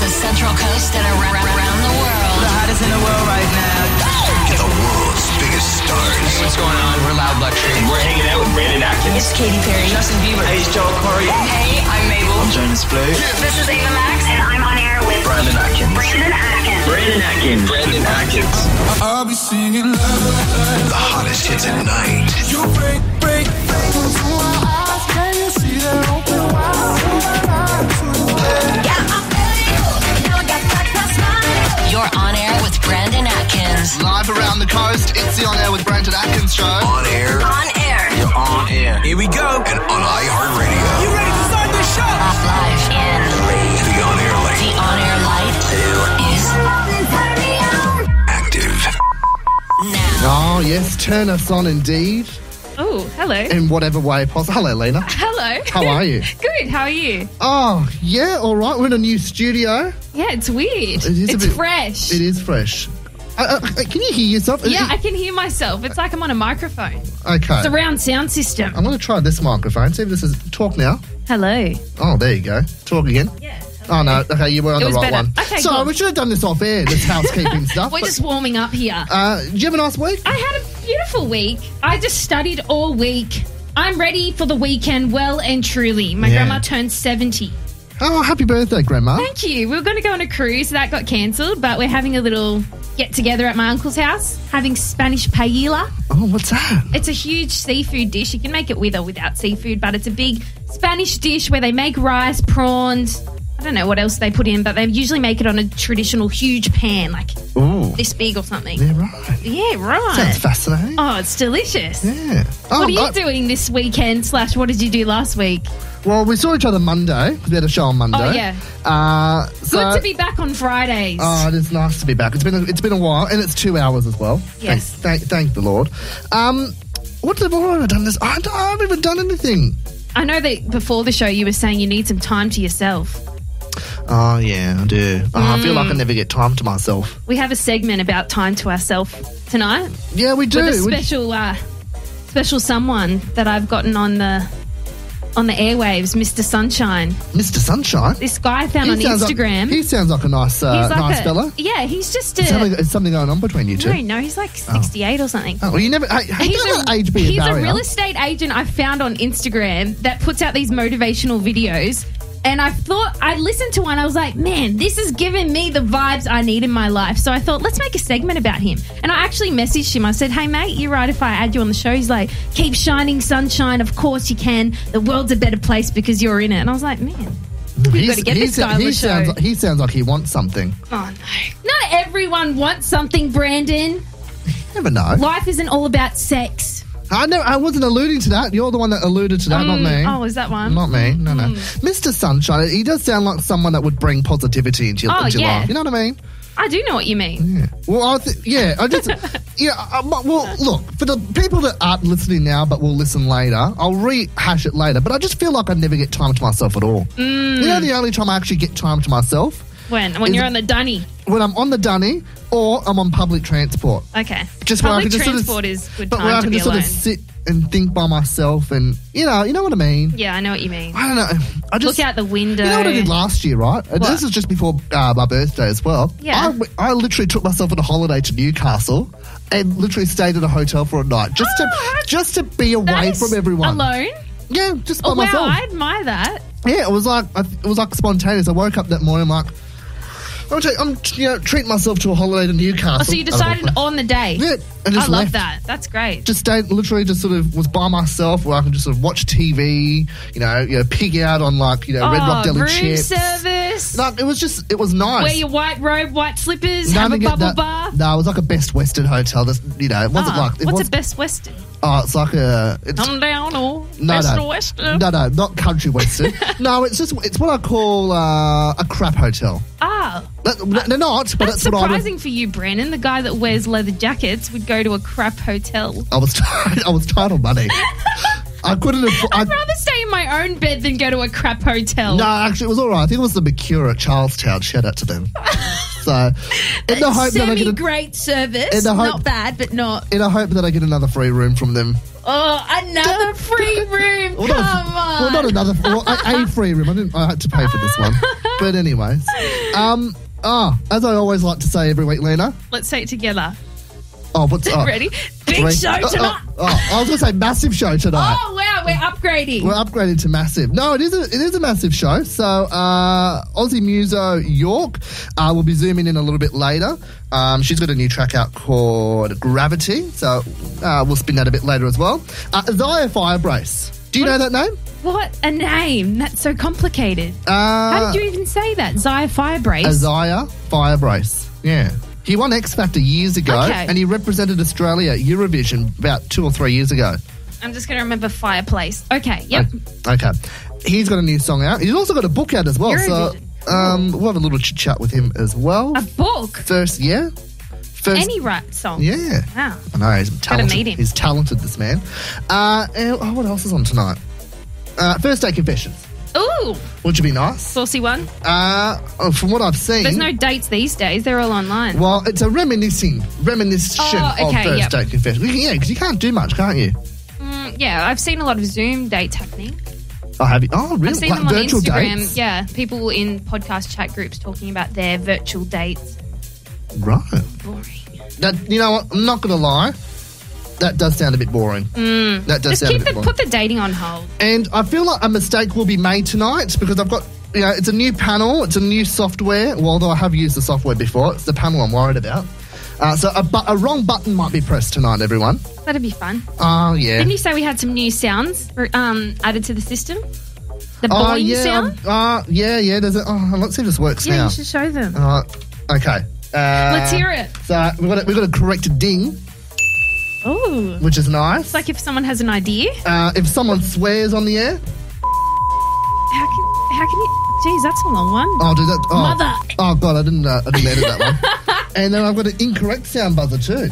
the Central Coast and around, around the world. The hottest in the world right now. The world's biggest stars. What's going on? We're Loud Luxury. We're hanging out with Brandon Atkins. It's Katy Perry. Justin Bieber. Hey, it's Joel Corey. Hey, I'm Mabel. Jonas Blue. This is Ava Max, and I'm on air with Brandon Atkins. Brandon Atkins. Brandon Atkins. Brandon Atkins. I'll be singing love. The hottest hits at night. You break, break, break into my eyes. Can you see them open wide? So that I too. You're on air with Brandon Atkins. Live around the coast, it's the On Air with Brandon Atkins show. On air. On air. On air. Here we go. And on iHeartRadio. You ready to start the show? Live in The on air the link. on air light is Active. now. Oh, yes, turn us on indeed, Oh, hello. in whatever way possible. Hello, Lena. Hello. How are you? Good. How are you? Oh, yeah, all right. We're in a new studio. Yeah, it's weird. It is a it's bit- fresh. It is fresh. Uh, uh, can you hear yourself? Is Yeah, I it- can hear myself. It's like I'm on a microphone. It's okay. a round sound system. I'm going to try this microphone. See if this is talk now. Hello. Oh, there you go. Talk again. Yeah. Oh no. Okay, you were on It the was right better. one. Okay, Sorry, cool. we should have done this off air. This housekeeping stuff. We're but, just warming up here. uh, did you have a nice week? I had a beautiful week. I just studied all week. I'm ready for the weekend, well and truly. My Yeah. grandma turned 70. Oh, happy birthday, Grandma. Thank you. We were going to go on a cruise. That got cancelled, but we're having a little get together at my uncle's house, having Spanish paella. Oh, what's that? It's a huge seafood dish. You can make it with or without seafood, but it's a big Spanish dish where they make rice, prawns. I don't know what else they put in, but they usually make it on a traditional huge pan, like Oh, this big or something. yeah, right. Yeah, Sounds right. fascinating. Oh, it's delicious. Yeah. Oh, What are you I- doing this weekend? Slash, what did you do last week? Well, we saw each other Monday. 'cause We had a show on Monday. Oh, yeah. Uh, so, Good to be back on Fridays. Oh, it is nice to be back. It's been a, it's been a while, and it's two hours as well. Yes. Thank, thank, thank the Lord. Um, what have what have I done this? I, don't- I haven't even done anything. I know that before the show you were saying you need some time to yourself. Oh yeah, I do. Oh, I feel like I never get time to myself. We have a segment about time to ourselves tonight. Yeah, we do. with a We- special uh, special someone that I've gotten on the on the airwaves, Mr. Sunshine. Mr. Sunshine. This guy I found on sounds Instagram. Like, he sounds like a nice uh, He's like nice a- fella. Yeah, he's just Is something, a. is something going on between you two? No, no, he's like 68 or something. Oh, well, you never. Hey, hey, He's, don't a, let age be a he's a barrier. real estate agent I found on Instagram that puts out these motivational videos. And I thought, I listened to one, I was like, man, this is giving me the vibes I need in my life. So I thought, let's make a segment about him. And I actually messaged him. I said, hey, mate, you're right if I add you on the show. He's like, keep shining, sunshine. Of course you can. The world's a better place because you're in it. And I was like, man, He's- gotta get he this sa- guy on he the show. sounds, like- he sounds like he wants something. oh no. Not everyone wants something, Brandon. Never know. Life isn't all about sex. I know. I wasn't alluding to that. You're the one that alluded to that, not me. Oh, is that Mm. one? not me. No, no. Mr. Sunshine. He does sound like someone that would bring positivity into your, Oh, into your yeah. life. You know what I mean? I do know what you mean. Yeah. Well, I th- yeah. I just yeah. I, I- well, look for the people that aren't listening now, but will listen later. I'll rehash it later. But I just feel like I never get time to myself at all. Mm. You know, the only time I actually get time to myself When when Is- you're on the dunny. when I'm on the dunny or I'm on public transport. Okay. Just where I can public just sort of- transport is good But where I time to can be just alone. sort of sit and think by myself, and you know, you know what I mean. yeah, I know what you mean. I don't know. I just Look out the window. You know what I did last year, right? And What? This is just before uh, my birthday as well. Yeah. I, w- I literally took myself on a holiday to Newcastle and literally stayed at a hotel for a night just Oh, to just to be That away is from everyone. Alone? Yeah, just by Oh, wow, myself. I admire that. Yeah, it was like I th- it was like spontaneous. I woke up that morning I'm like. I'm, t- I'm t- you know, treating myself to a holiday to Newcastle. Oh, so you decided on the day. Yeah, and I just love left. that. That's great. Just stayed, literally, just sort of was by myself, where I can just sort of watch TV. You know, you know, pig out on like you know Red Rock oh, Deli room chips. service. No, it was just it was nice. Wear your white robe, white slippers, No, have I a didn't get bubble that- bath. No, it was like a Best Western hotel. That's you know, it wasn't Oh, like it what's was. a best western? oh, it's like a. It's, Come down or no, best no, or western? no, no, not country western. no, it's just it's what I call uh, a crap hotel. Ah, That- They're not, but that's that's, what I was. surprising for you, Brandon. The guy that wears leather jackets would go to a crap hotel. I was tired. I was tired of money. I couldn't. Afford, I, I'd rather stay in my own bed than go to a crap hotel. no, actually, it was all right. I think it was the Mercure at Charlestown. Shout out to them. So, in the hope that I Semi get a, great service. In the hope- not bad, but not. in the hope that I get another free room from them. Oh, another free room. Well, Come not, on. well, not another. Well, a, a free room. I didn't. I had to pay for this one. But anyways, um, ah, as I always like to say every week, Lena. Let's say it together. Oh, what's up? Ready? Big show tonight. Oh, oh, I was going to say massive show tonight. Oh, wow. We're upgrading. We're upgraded to massive. No, it is a, it is a massive show. So uh, Aussie Muso York uh, will be zooming in a little bit later. Um, she's got a new track out called Gravity. So uh, we'll spin that a bit later as well. Uh, Zaya Firebrace. Do you know that name? what a name. That's so complicated. Uh, How did you even say that? Zaya Firebrace. Isaiah Firebrace. Yeah. He won X Factor years ago Okay. and he represented Australia at Eurovision about two or three years ago. I'm just going to remember Fireplace. Okay. Yep. Okay. He's got a new song out. He's also got a book out as well. Eurovision. So um, we'll have a little chit chat with him as well. a book. First, yeah. First, Um, Any right song. yeah. Wow. I know he's talented. meet him. He's talented, this man. Uh, and- oh, what else is on tonight? Uh, first Day Confessions, Ooh, which would be nice. saucy one. Uh, oh, from what I've seen, There's no dates these days. They're all online. Well, it's a reminiscing, reminiscent Oh, okay, of First yep. Date Confession. Yeah, because you can't do much, can't you? Mm, yeah, I've seen a lot of Zoom dates happening. Oh, have you? Oh, really? I've seen Like them on virtual Instagram. dates? Yeah, people in podcast chat groups talking about their virtual dates. Right. Boring. That, you know what? I'm not going to lie. That does sound a bit boring. That does Mm. Just sound keep a bit the, boring. put the dating on hold. and I feel like a mistake will be made tonight because I've got, you know, it's a new panel, it's a new software. Well, although I have used the software before, it's the panel I'm worried about. Uh, so a, bu- a wrong button might be pressed tonight, everyone. That'd be fun. Oh, yeah. Didn't you say we had some new sounds for- um, added to the system? The boing oh, yeah. sound. I'm- uh, yeah, yeah. There's a, oh, let's see if this works Yeah, now. you should show them. Uh, okay. Uh, Let's hear it. So we've got a, we've got a correct ding, Uh, Oh, which is nice. like if someone has an idea, uh, if someone swears on the air, how can how can you? Geez, that's a long one. oh, do that. Oh, Mother. Oh god, I didn't uh, I didn't edit that one. and then I've got an incorrect sound buzzer too.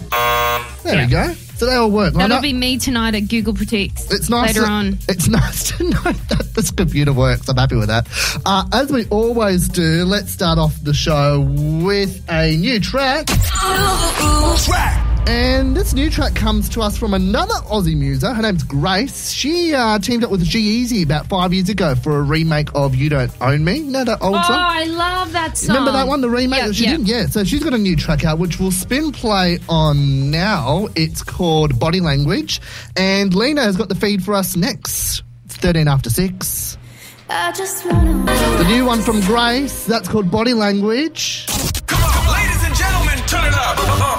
There we go. So they all work. I That'll know- be me tonight at Google Predicts. it's nice later to, on. It's nice to know that this computer works. I'm happy with that. Uh, as we always do, let's start off the show with a new track. And this new track comes to us from another Aussie muser. Her name's Grace. She uh, teamed up with G Easy about five years ago for a remake of You Don't Own Me. You know that old Oh, song? I love that song. Remember that one, the remake Yeah, that she yeah. did? Yeah. So she's got a new track out, which will spin play on now. It's called Body Language. And Lena has got the feed for us next. It's 13 after 6. I just wanna The new one from Grace, that's called Body Language. Come on, ladies and gentlemen, turn it up. Uh,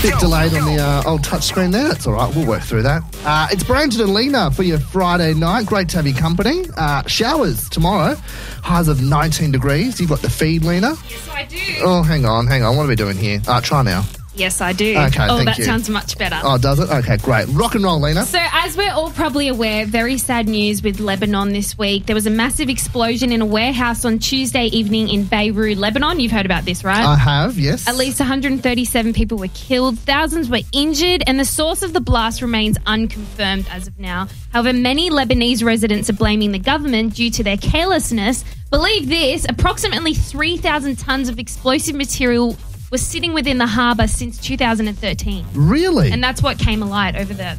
Bit delayed on the uh, old touchscreen there. That's all right. We'll work through that. Uh, it's Brandon and Lena for your Friday night. Great to have your company. Uh, showers tomorrow. Highs of 19 degrees. You've got the feed, Lena. Yes, I do. Oh, hang on, hang on. What are we doing here? Uh, try now. Yes, I do. Okay, oh, thank that you. sounds much better. Oh, does it? Okay, great. Rock and roll, Lena. So, as we're all probably aware, very sad news with Lebanon this week. There was a massive explosion in a warehouse on Tuesday evening in Beirut, Lebanon. You've heard about this, right? I have, yes. At least 137 people were killed, thousands were injured, and the source of the blast remains unconfirmed as of now. However, many Lebanese residents are blaming the government due to their carelessness. Believe this approximately 3,000 tons of explosive material was sitting within the harbour since 2013. Really? And that's what came alight over the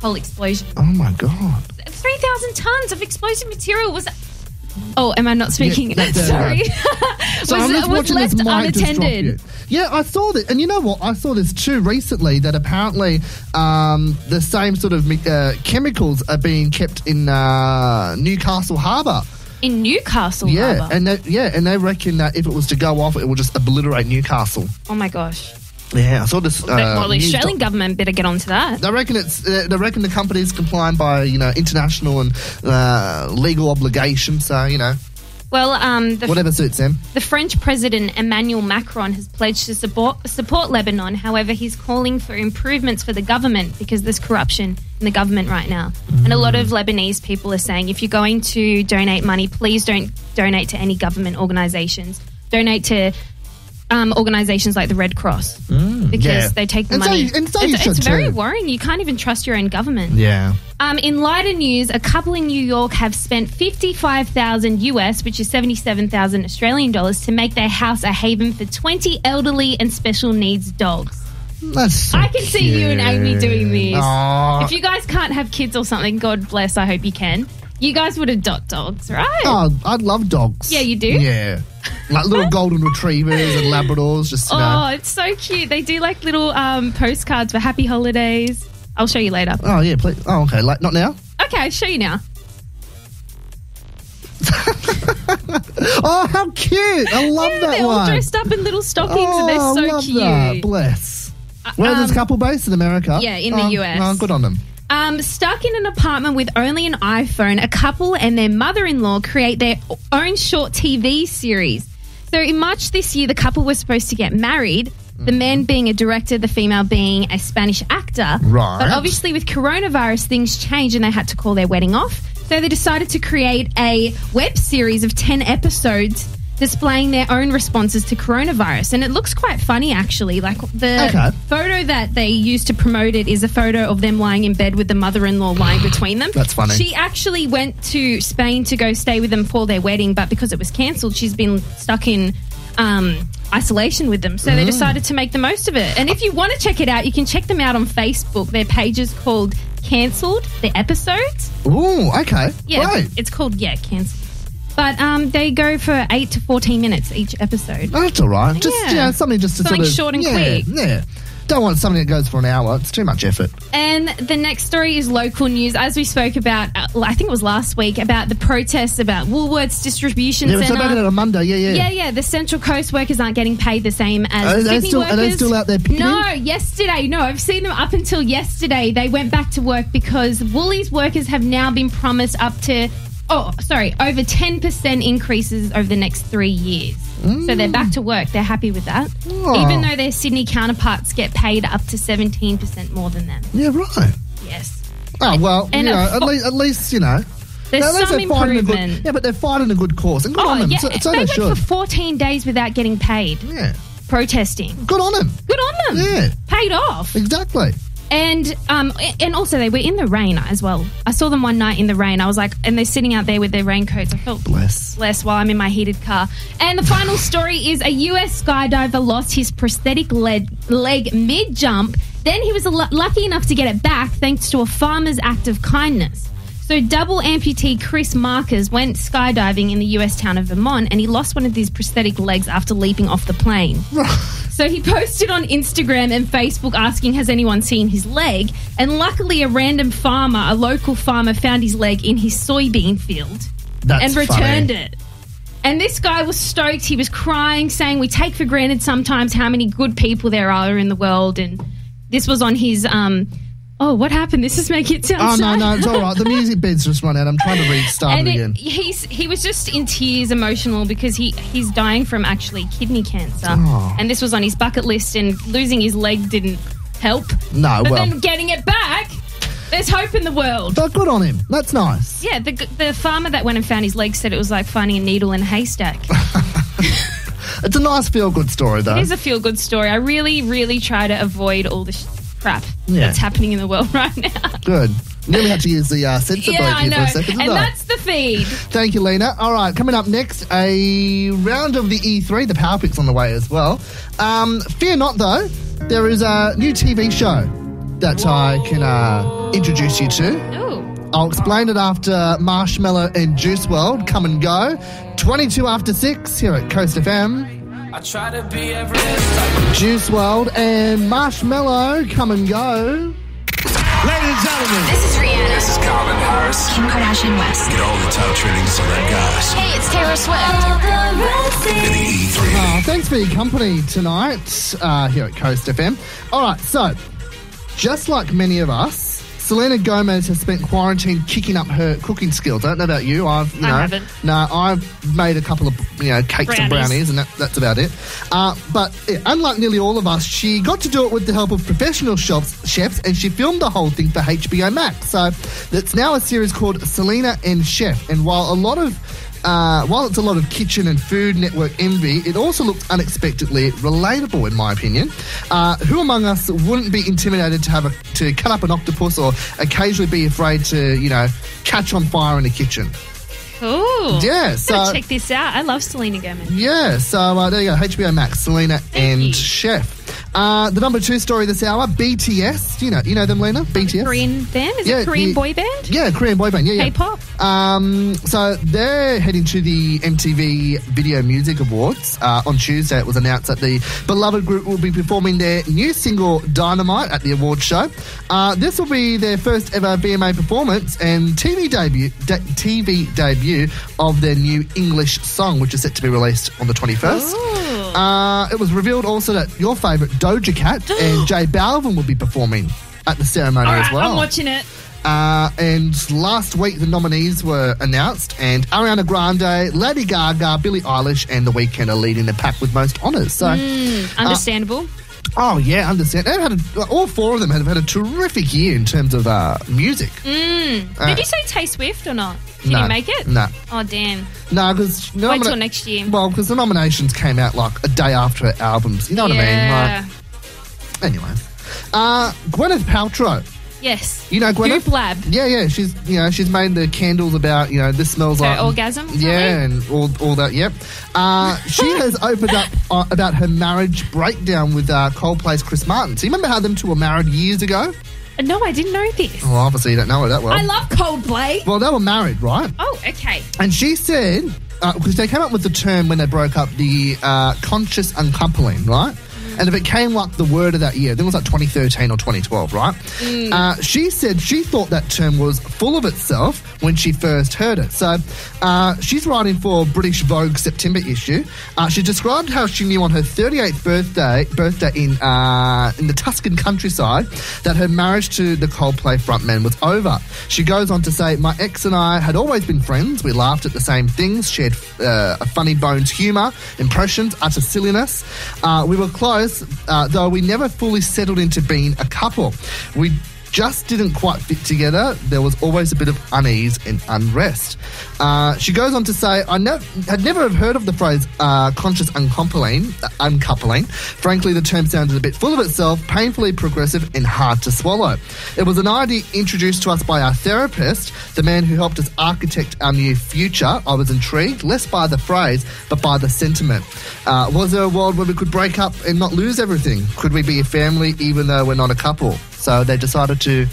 whole explosion. oh my god. 3,000 tons of explosive material was. Oh, am I not speaking? that's, uh, Sorry. So was I'm just was watching left this mic just drop unattended. you. Yeah, I saw that, and you know what? I saw this too recently. That apparently um, the same sort of uh, chemicals are being kept in uh, Newcastle Harbour. in Newcastle Yeah, Harbour. and they, yeah, and they reckon that if it was to go off, it will just obliterate Newcastle. oh my Uh, gosh. Yeah, I saw this. But- uh, well, the news Australian doc- government better get onto that. They reckon it's. Uh, they reckon the company's complying by you know international and uh, legal obligations. So you know Well, um, the, whatever suits them. the French President Emmanuel Macron has pledged to support, support Lebanon. However, he's calling for improvements for the government because there's corruption in the government right now. And a lot of Lebanese people are saying if you're going to donate money, please don't donate to any government organisations. Donate to um, organizations like the Red Cross because Mm. yeah. they take the And so money. you- and so you it's it's should very too. worrying. You can't even trust your own government. Yeah. Um, in lighter news, a couple in New York have spent 55,000 US, which is 77,000 Australian dollars, to make their house a haven for 20 elderly and special needs dogs. That's so I can see you and Amy cute. doing these. Aw. If you guys can't have kids or something, God bless, I hope you can. You guys would adopt dogs, right? Oh, I love dogs. Yeah, you do? Yeah. Like little golden retrievers and labradors, just you Oh, know. it's so cute. They do like little um, postcards for happy holidays. I'll show you later. Oh yeah, please. Oh okay, like not now. Okay, I'll show you now. Oh, how cute! I love Yeah, that they're all one. dressed up in little stockings oh, and I they're so love cute. That. Bless. Where are this um, couple based in America? Yeah, in the Oh, US. Oh, good on them. Um, stuck in an apartment with only an iPhone, a couple and their mother in law create their own short TV series. So, in March this year, the couple were supposed to get married, the man being a director, the female being a Spanish actor. Right. But obviously, with coronavirus, things changed and they had to call their wedding off. So, they decided to create a web series of 10 episodes displaying their own responses to coronavirus. And it looks quite funny, actually. Like, the Okay. photo that they used to promote it is a photo of them lying in bed with the mother-in-law lying between them. That's funny. She actually went to Spain to go stay with them for their wedding, but because it was cancelled, she's been stuck in um, isolation with them. Mm. So they decided to make the most of it. And if you want to check it out, you can check them out on Facebook. Their page is called Cancelled. The episodes, Ooh, okay. yeah, Great. it's called yeah Cancelled. But um, they go for eight to fourteen minutes each episode. Oh, That's all right. Just Yeah. yeah, something just to Something sort of, short and yeah, quick. Yeah. Don't want something that goes for an hour. It's too much effort. And the next story is local news. As we spoke about, uh, I think it was last week, about the protests about Woolworths distribution Yeah, so about it centre. on a Monday. Yeah, yeah. Yeah, yeah. The Central Coast workers aren't getting paid the same as Are they Sydney still- workers. are they still out there pitting? No, yesterday. No, I've seen them up until yesterday. They went back to work because Woolies workers have now been promised up to, oh, sorry, over ten percent increases over the next three years. So they're back to work. They're happy with that, Oh. even though their Sydney counterparts get paid up to seventeen percent more than them. Yeah, right. Yes. Oh well, And you a know, fo- at least at least you know. There's at least some they're fighting a improvement. good, yeah, but they're fighting a good cause, and good Oh, on them. yeah. So, so they, they went should. for 14 days without getting paid, yeah, protesting. good on them. Good on them. Yeah. Paid off. Exactly. And um and also they were in the rain as well. I saw them one night in the rain. I was like and they're sitting out there with their raincoats. I felt Bless. less while I'm in my heated car. And the final story is a US skydiver lost his prosthetic leg, leg mid jump. Then he was lu- lucky enough to get it back thanks to a farmer's act of kindness. So, double amputee Chris Markers went skydiving in the US town of Vermont and he lost one of his prosthetic legs after leaping off the plane. So he posted on Instagram and Facebook asking, Has anyone seen his leg? And luckily, a random farmer, a local farmer, found his leg in his soybean field That's and returned it. And this guy was stoked. He was crying, saying, We take for granted sometimes how many good people there are in the world. And this was on his. Um, oh, what happened? This is making it sound Oh no, sad. no, it's all right. The music bed's just run out. I'm trying to restart it And it- again. he's he was just in tears, emotional because he he's dying from actually kidney cancer, Oh. and this was on his bucket list. And losing his leg didn't help. No, but well. then getting it back, there's hope in the world. But good on him. That's nice. Yeah, the the farmer that went and found his leg said it was like finding a needle in a haystack. It's a nice feel-good story, though. It is a feel good story. I really, really try to avoid all the sh- crap Yeah. that's happening in the world right now. Good. Nearly had to use the uh, sensor yeah, break I here know. for a second, And didn't I? that's the feed. Thank you, Lena. All right, coming up next, a round of the E3. The Power Pick's on the way as well. Um, fear not, though. There is a new TV show that I can uh, introduce you to. Ooh. I'll explain it after Marshmallow and Juice World come and go. 22 after 6 here at Coast FM. I try to be Everest. Juice World and Marshmallow come and go. This is Rihanna. This is Calvin Harris. Kim Kardashian West. Get all the top trending Southern guys Hey, it's Taylor Swift. in the E E3. Uh, thanks for your company tonight uh, here at Coast FM. All right, so just like many of us, Selena Gomez has spent quarantine kicking up her cooking skills. I don't know about you. I've, you I know, haven't. No, I've made a couple of you know cakes and Brownies. brownies, and that, that's about it. Uh, but yeah, unlike nearly all of us, she got to do it with the help of professional shops, chefs, and she filmed the whole thing for HBO Max. So that's now a series called Selena and Chef. And while a lot of uh, while it's a lot of kitchen and food network envy, it also looked unexpectedly relatable, in my opinion. Uh, who among us wouldn't be intimidated to have a, to cut up an octopus or occasionally be afraid to, you know, catch on fire in a kitchen? Ooh. Yeah, so Gotta check this out. I love Selena Gomez. yeah, so uh, there you go. HBO Max, Selena and you. Chef. Uh, the number two story this hour, BTS. You know, you know them, Lena. BTS. Korean band? Is Yeah, it Korean the- boy band? Yeah, Korean boy band. Yeah, yeah. K-pop. Um, so they're heading to the MTV Video Music Awards uh, on Tuesday. It was announced that the beloved group will be performing their new single "Dynamite" at the awards show. Uh, this will be their first ever VMA performance and TV debut de- TV debut of their new English song, which is set to be released on the twenty first. Oh. Uh, it was revealed also that your favourite Doja Cat and Jay Balvin will be performing at the ceremony All right, as well. I'm watching it. Uh, and last week, the nominees were announced, and Ariana Grande, Lady Gaga, Billie Eilish, and The Weeknd are leading the pack with most honours. So, Hmm. Understandable. oh yeah, understand. They've had a, all four of them have had a terrific year in terms of uh, music. Uh, Did you say Tay Swift or not? Can No. Mm, you make it? No. Oh, damn. No, because Wait till next year. Well, because the nominations came out like a day after her albums. You know what I yeah. mean? Like, anyway, uh, Gwyneth Paltrow. yes. You know Gwyneth. Lab. Yeah, yeah, she's you know she's made the candles about you know this smells Her like orgasm, Yeah, and all, all that. Yep. Uh, she has opened up uh, about her marriage breakdown with uh, Coldplay's Chris Martin. So you remember how them two were married years ago? No, I didn't know this. Well, obviously you don't know her that well. I love Coldplay. well, they were married, right? Oh, okay. And she said, because they came up with the term when they broke up, the uh, conscious uncoupling, right? And it became like the word of that year. I think it was like 2013 or 2012, right? Uh, she said she thought that term was full of itself when she first heard it. So uh, she's writing for British Vogue September issue. Uh, she described how she knew on her 38th birthday, birthday in uh, in the Tuscan countryside, that her marriage to the Coldplay frontman was over. She goes on to say, "My ex and I had always been friends. We laughed at the same things, shared uh, a funny bones humour, impressions, utter silliness. Uh, we were close, uh, though we never fully settled into being a couple. We." Just didn't quite fit together. There was always a bit of unease and unrest. Uh, she goes on to say, "I ne- had never have heard of the phrase uh, conscious uncoupling. Uh, uncoupling. Frankly, the term sounded a bit full of itself, painfully progressive, and hard to swallow. It was an idea introduced to us by our therapist, the man who helped us architect our new future. I was intrigued less by the phrase, but by the sentiment. Uh, was there a world where we could break up and not lose everything? Could we be a family even though we're not a couple?" So they decided to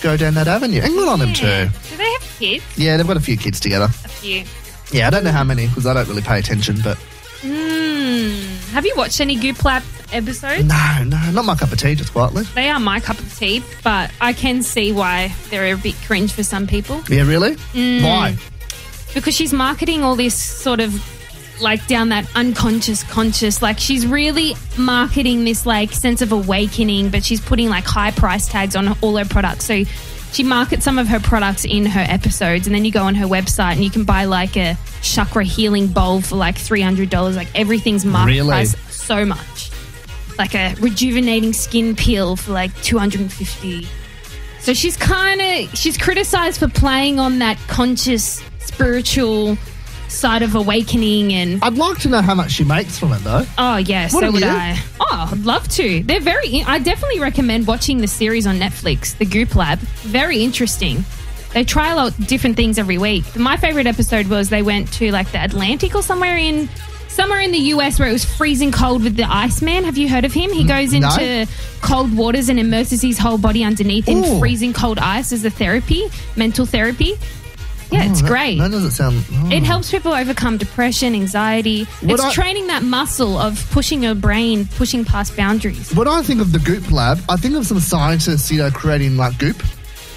go down that avenue, and good on them too. Do they have kids? Yeah, they've got a few kids together. A few. Yeah, I don't know how many because I don't really pay attention, but Hmm. Have you watched any Gooplap episodes? no, no, not my cup of tea, just quietly. They are my cup of tea, but I can see why they're a bit cringe for some people. Yeah, really? Mm. Why? because she's marketing all this sort of like down that unconscious conscious like she's really marketing this like sense of awakening but she's putting like high price tags on all her products so she markets some of her products in her episodes and then you go on her website and you can buy like a chakra healing bowl for like $300 like everything's market Really? price so much like a rejuvenating skin peel for like 250 so she's kind of she's criticized for playing on that conscious spiritual side of awakening and I'd like to know how much she makes from it, though. oh yeah, so Wouldn't would you? I. Oh, I'd love to. They're very I definitely recommend watching the series on Netflix, The Goop Lab. Very interesting. They try a lot different things every week. My favorite episode was they went to like the Atlantic or somewhere in somewhere in the US where it was freezing cold with the Iceman. Have you heard of him? He goes no. into cold waters and immerses his whole body underneath in Ooh. freezing cold ice as a therapy, mental therapy. Yeah, it's Oh, that- great. That doesn't sound. oh. It helps people overcome depression, anxiety. Would it's I- training that muscle of pushing your brain, pushing past boundaries. When I think of the Goop Lab, I think of some scientists, you know, creating like goop.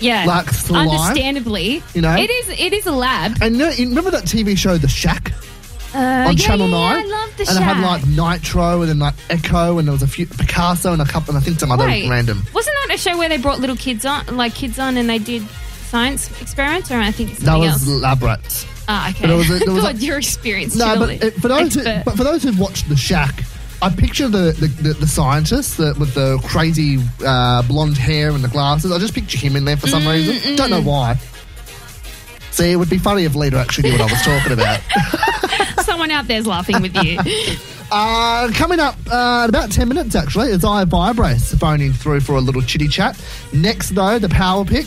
Yeah, Like slime? understandably, You know? it is. It is a lab. And you know, you remember that TV show, The Shack, Uh, on yeah, Channel yeah, yeah, Nine? I love the And it had Shack. like Nitro, and then like Echo, and there was a few Picasso, and a couple, and I think some other Wait, random. Wasn't that a show where they brought little kids on, like kids on, and they did science experiments? Or I think it's That something was else. Lab Rats. ah, okay. but it was a- there was a- God, your experience. No, but, it, for those who, but for those who've watched The Shack, I picture the the, the, the scientist that with the crazy uh, blonde hair and the glasses. I just picture him in there for some reason. Don't know why. See, it would be funny if Lena actually knew what I was talking about. Someone out there's laughing with you. Uh, coming up uh, in about 10 minutes, actually, is I Vibrace phoning through for a little chitty chat. Next, though, the power pick.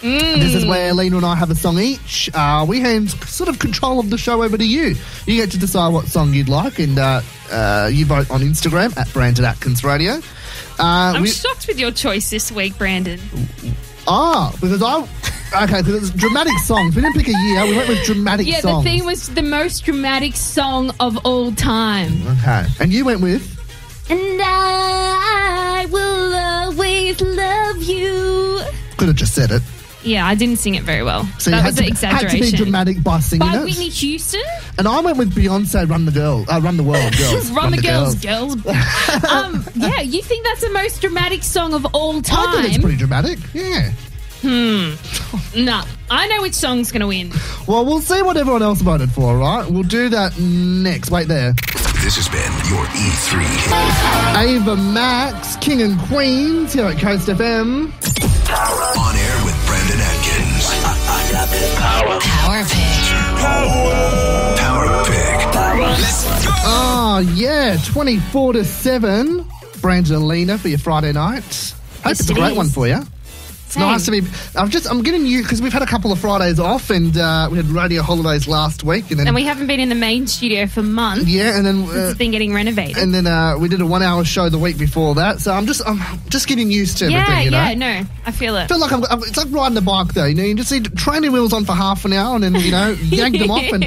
This Mm. is where Lena and I have a song each. Uh, we hand sort of control of the show over to you. You get to decide what song you'd like, and uh, uh, you vote on Instagram at Brandon Atkins Radio. Uh, I'm we- shocked with your choice this week, Brandon. ah, because I. Okay, because it's dramatic songs. We didn't pick a year, we went with dramatic Yeah, songs. the thing was the most dramatic song of all time. okay, and you went with. And I will always love you. Could have just said it. Yeah, I didn't sing it very well. you that had was to, had an to exaggeration. be dramatic by singing By it. Whitney Houston? And I went with Beyonce, "Run the Girl," uh, "Run the World," girls, Run the girls, girls. um, yeah, you think that's the most dramatic song of all time? I think it's pretty dramatic. Yeah. no, I know which song's going to win. Well, we'll see what everyone else voted for. Right? We'll do that next. Wait there. This has been your E3 hit. Ava Max, King and Queens here at Coast FM. On air with Brandon Atkins. Power pick. Power pick. Oh yeah, twenty-four to seven. Brangelina for your Friday night. Hope it's a it great is. one for you. It's nice to be. I'm just. I'm getting you because we've had a couple of Fridays off, and uh, we had radio holidays last week, and then And we haven't been in the main studio for months. yeah, and then uh, It's been getting renovated. and then uh, we did a one-hour show the week before that. So I'm just I'm just getting used to yeah, everything. You know, yeah, no, I feel it. I feel like I'm, I'm- it's like riding a bike though. You know, you just need training wheels on for half an hour, and then you know, yank them off and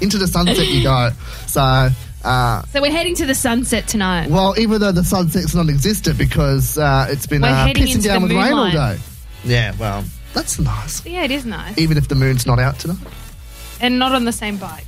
into the sunset you go. So. Uh, So we're heading to the sunset tonight. well, even though the sunset's non-existent because uh, it's been We're uh, heading pissing into down the with rain all moonlight. day. Yeah, well, that's nice. Yeah, it is nice. Even if the moon's not out tonight. And not on the same bike.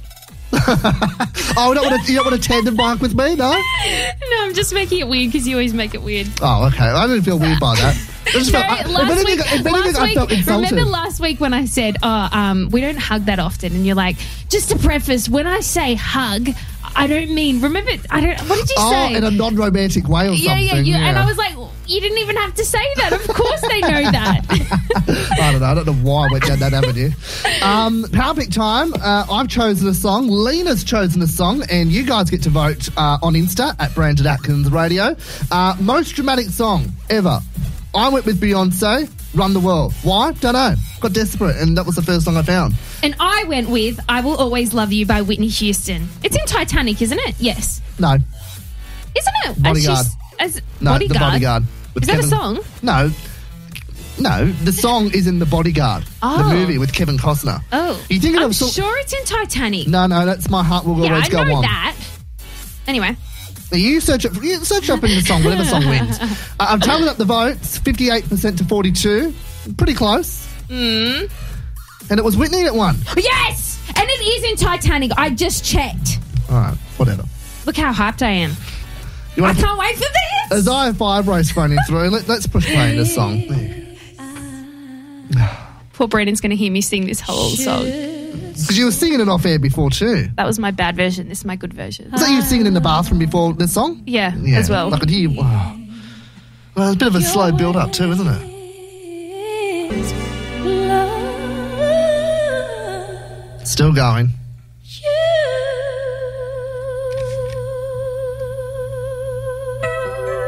Oh, you don't want to, you don't want to tandem bike with me, no? No, I'm just making it weird because you always make it weird. Oh, okay. I didn't feel weird by that. I just No, felt- I- if last anything, week, if anything, last I felt week insulted. remember last week when I said, oh, um, we don't hug that often? And you're like, just to preface, when I say hug, I don't mean, remember, I don't, what did you Oh, say? in a non-romantic way or yeah, something. yeah, you, and I was like, you didn't even have to say that. Of course they know that. I don't know. I don't know why I went down that avenue. Um, power pick time. Uh, I've chosen a song. Lena's chosen a song, and you guys get to vote uh, on Insta at Brandon Atkins Radio. Uh, most dramatic song ever. I went with Beyonce. Run the world. Why? Don't know. Got desperate, and that was the first song I found. and I went with I Will Always Love You by Whitney Houston. It's in Titanic, isn't it? Yes. No, Isn't it? And Bodyguard. she's- As no, bodyguard. the bodyguard. with Is that a song? No, no. The song is in the bodyguard, Oh. the movie with Kevin Costner. Oh. you thinking I'm of? song- sure it's in Titanic. No, no, that's my heart will yeah, always I go know on. that. Anyway, Now, You search up, you search up in the song, whatever song wins. Uh, I'm tallying up the votes, 58% to 42. Pretty close. Hmm. Mm. And it was Whitney that won. yes, and it is in Titanic. I just checked. All right, whatever. Look how hyped I am. You I want to can't wait for this. as I five race phoning through, let, let's push play this song. Poor Brandon's going to hear me sing this whole song. Because you were singing it off air before too. That was my bad version. This is my good version. Is that you singing in the bathroom before this song? Yeah, as well. I could hear you. Wow. Well, it's a bit of a slow build up too, isn't it? Still going.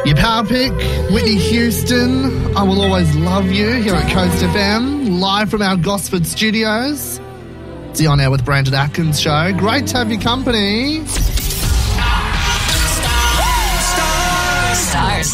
Your power pick, Whitney Houston. I will always love you here at Coast FM, live from our Gosford studios. It's the On Air with Brandon Atkins show. Great to have your company. Stars.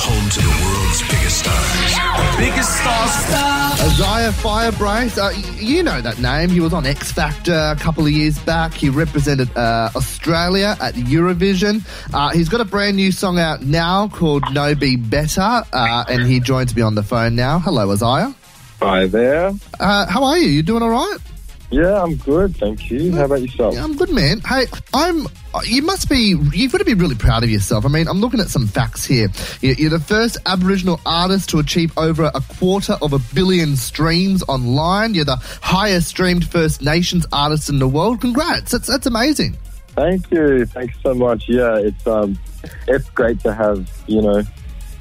Home to the world's biggest stars. Biggest stars. Isaiah Firebrace, uh, y- you know that name. He was on X Factor a couple of years back. He represented uh, Australia at Eurovision. Uh, he's got a brand new song out now called No Be Better, uh, and he joins me on the phone now. Hello, Isaiah. Hi there. Uh, how are you? You doing all right? Yeah, I'm good, thank you. How about yourself? Yeah, I'm good, man. Hey, I'm. uh, You must be. You've got to be really proud of yourself. I mean, I'm looking at some facts here. You- You're the first Aboriginal artist to achieve over a quarter of a billion streams online. You're the highest streamed First Nations artist in the world. Congrats! That's that's amazing. Thank you. Thanks so much. Yeah, it's um, it's great to have you know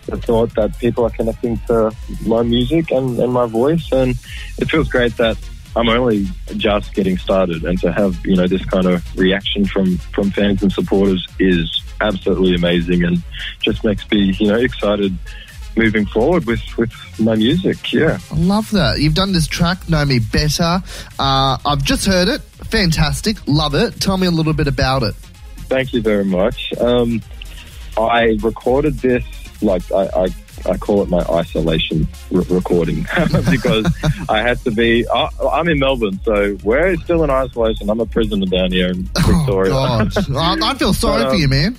the thought that people are connecting to my music and, and my voice, and it feels great that I'm only just getting started, and to have you know this kind of reaction from from fans and supporters is absolutely amazing, and just makes me you know excited moving forward with with my music. Yeah, I love that. You've done this track, Know Me Better. Uh, I've just heard it. Fantastic. Love it. Tell me a little bit about it. thank you very much. Um, I recorded this like I. I I call it my isolation re- recording because I had to be. I, I'm in Melbourne, so we're still in isolation. I'm a prisoner down here in Victoria. Oh, God. I, I feel sorry Um, for you, man.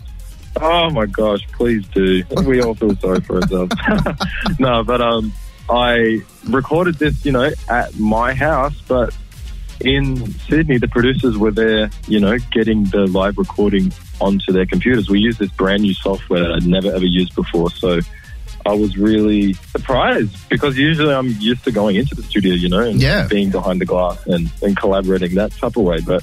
Oh my gosh, please do. We all feel sorry for ourselves. no, but um, I recorded this, you know, at my house, but in Sydney, the producers were there, you know, getting the live recording onto their computers. We used this brand new software that I'd never ever used before, so I was really surprised because usually I'm used to going into the studio, you know, and Yeah. being behind the glass and, and collaborating that type of way. But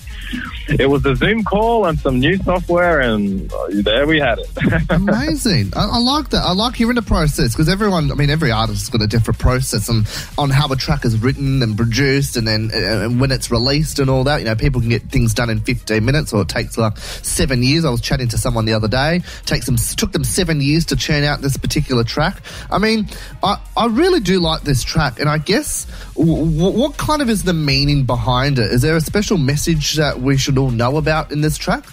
it was a Zoom call and some new software, and uh, there we had it. Amazing. I, I like that. I like hearing the process because everyone, I mean, every artist's got a different process on, on how a track is written and produced and then uh, and when it's released and all that. You know, people can get things done in 15 minutes or it takes like seven years. I was chatting to someone the other day. Takes them, took them seven years to churn out this particular track. I mean, I, I really do like this track and I guess w- w- what kind of is the meaning behind it? Is there a special message that we should all know about in this track?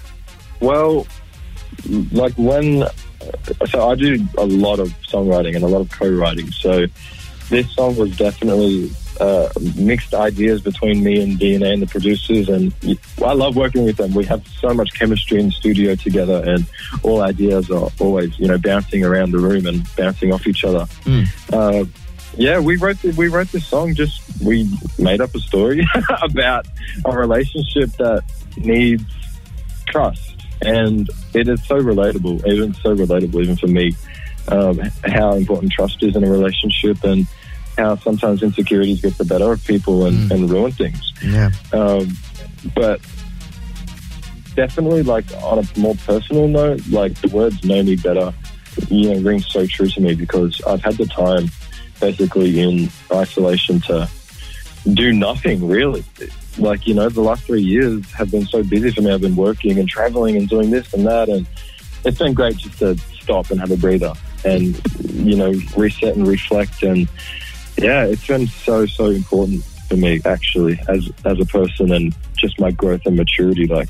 well, like when, so I do a lot of songwriting and a lot of co-writing. So this song was definitely uh, mixed ideas between me and DNA and the producers, and I love working with them. We have so much chemistry in the studio together, and all ideas are always, you know, bouncing around the room and bouncing off each other. Uh, yeah, we wrote the, we wrote this song. Just we made up a story about a relationship that needs trust, and it is so relatable. Even so relatable, even for me, um, how important trust is in a relationship, and how sometimes insecurities get the better of people and, and ruin things. Yeah. Um, but definitely, like on a more personal note, like the words "know me better," you know, rings so true to me because I've had the time, basically in isolation, to do nothing really. Like you know, the last three years have been so busy for me. I've been working and traveling and doing this and that, and it's been great just to stop and have a breather and you know reset and reflect and yeah, it's been so so important for me actually as as a person and just my growth and maturity. Like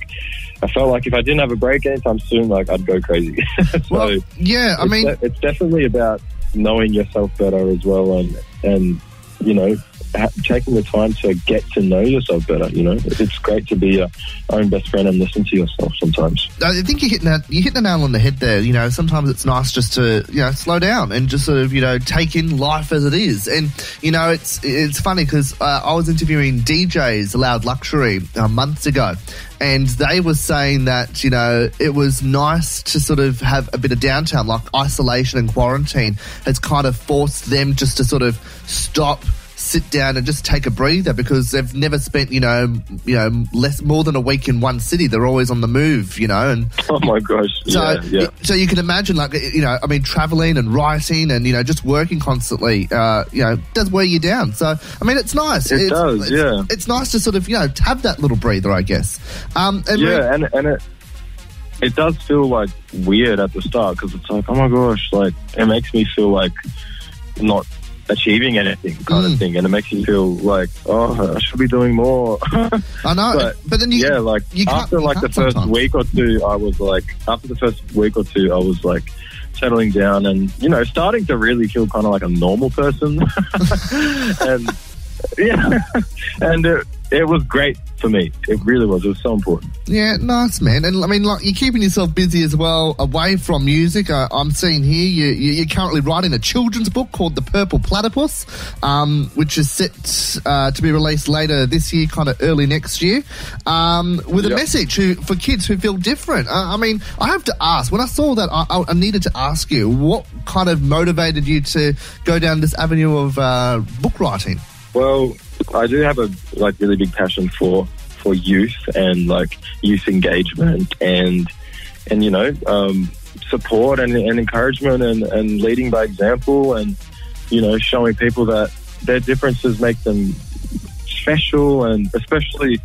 I felt like if I didn't have a break anytime soon, like I'd go crazy. so Well, yeah, I it's mean, de- it's definitely about knowing yourself better as well, and and you know. ha- Taking the time to get to know yourself better, you know, it's great to be your own best friend and listen to yourself sometimes. I think you're hitting that you hit the nail on the head there. You know, sometimes it's nice just to you know slow down and just sort of you know take in life as it is. And you know, it's it's funny because uh, I was interviewing DJs Loud Luxury uh, months ago, and they were saying that you know it was nice to sort of have a bit of downtime, like isolation and quarantine has kind of forced them just to sort of stop sit down and just take a breather because they've never spent you know you know less more than a week in one city they're always on the move you know and Oh my gosh! so yeah, yeah. so you can imagine like you know i mean traveling and writing and you know just working constantly uh you know does wear you down so i mean it's nice It it's, does, it's, yeah. it's nice to sort of you know have that little breather i guess um and Marie- yeah, and and it it does feel like weird at the start because it's like, oh my gosh, like it makes me feel like not achieving anything kind Mm. of thing, and it makes you feel like, oh, I should be doing more. i know but- but then you yeah, like you can't- after you like the can't first sometimes. week or two, I was like, after the first week or two, I was like settling down and you know starting to really feel kind of like a normal person, and yeah, and it, it was great for me. It really was. It was so important. Yeah, nice man. And I mean, like you're keeping yourself busy as well, away from music. I, I'm seeing here you, you, you're currently writing a children's book called The Purple Platypus, um, which is set uh, to be released later this year, kind of early next year, um, with a Yep. message who, for kids who feel different. Uh, I, I mean, I have to ask. When I saw that, I, I, I needed to ask you what kind of motivated you to go down this avenue of uh, book writing. Well, I do have a like really big passion for for youth and like youth engagement and and you know um, support and, and encouragement and, and leading by example and you know showing people that their differences make them special. And especially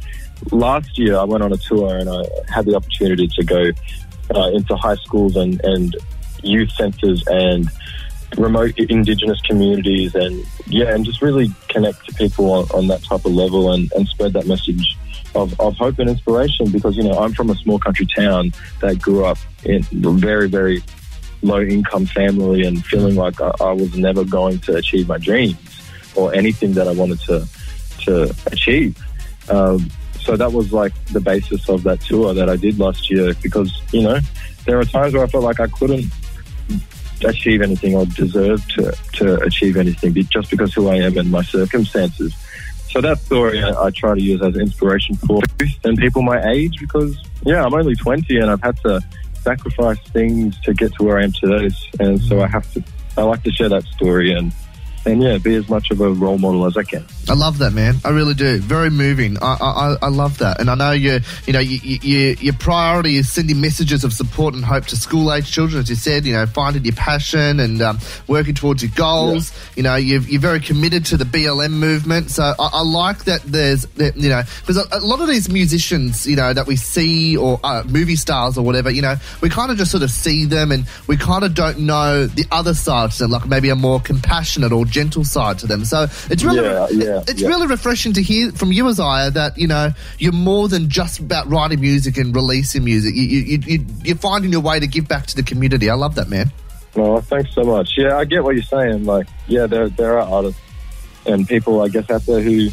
last year, I went on a tour and I had the opportunity to go uh, into high schools and, and youth centres and remote indigenous communities and yeah and just really connect to people on, on that type of level and, and spread that message of, of hope and inspiration because you know i'm from a small country town that grew up in a very very low income family and feeling like I, I was never going to achieve my dreams or anything that i wanted to to achieve um, so that was like the basis of that tour that i did last year because you know there are times where i felt like i couldn't achieve anything or deserve to, to achieve anything be- just because who I am and my circumstances. So that story I, I try to use as inspiration for youth and people my age because, yeah, I'm only 20 and I've had to sacrifice things to get to where I am today. And so I have to, I like to share that story and, and yeah, be as much of a role model as I can. I love that, man. I really do. Very moving. I, I, I- I love that, and I know you. You know, you, you, you- your priority is sending messages of support and hope to school-age children, as you said. You know, finding your passion and um, working towards your goals. You know, you've, you're very committed to the BLM movement. So I, I like that. There's, that, you know, because a, a lot of these musicians, you know, that we see or uh, movie stars or whatever, you know, we kind of just sort of see them and we kind of don't know the other side to them, like maybe a more compassionate or gentle side to them. So it's really, Yeah, yeah, it's yeah. really refreshing to hear from you, Isaiah, that you know you're more than just about writing music and releasing music. You, you, you- you, you're finding your way to give back to the community. I love that, man. Well, thanks so much. Yeah, I get what you're saying. Like, yeah, there there are artists and people, I guess, out there who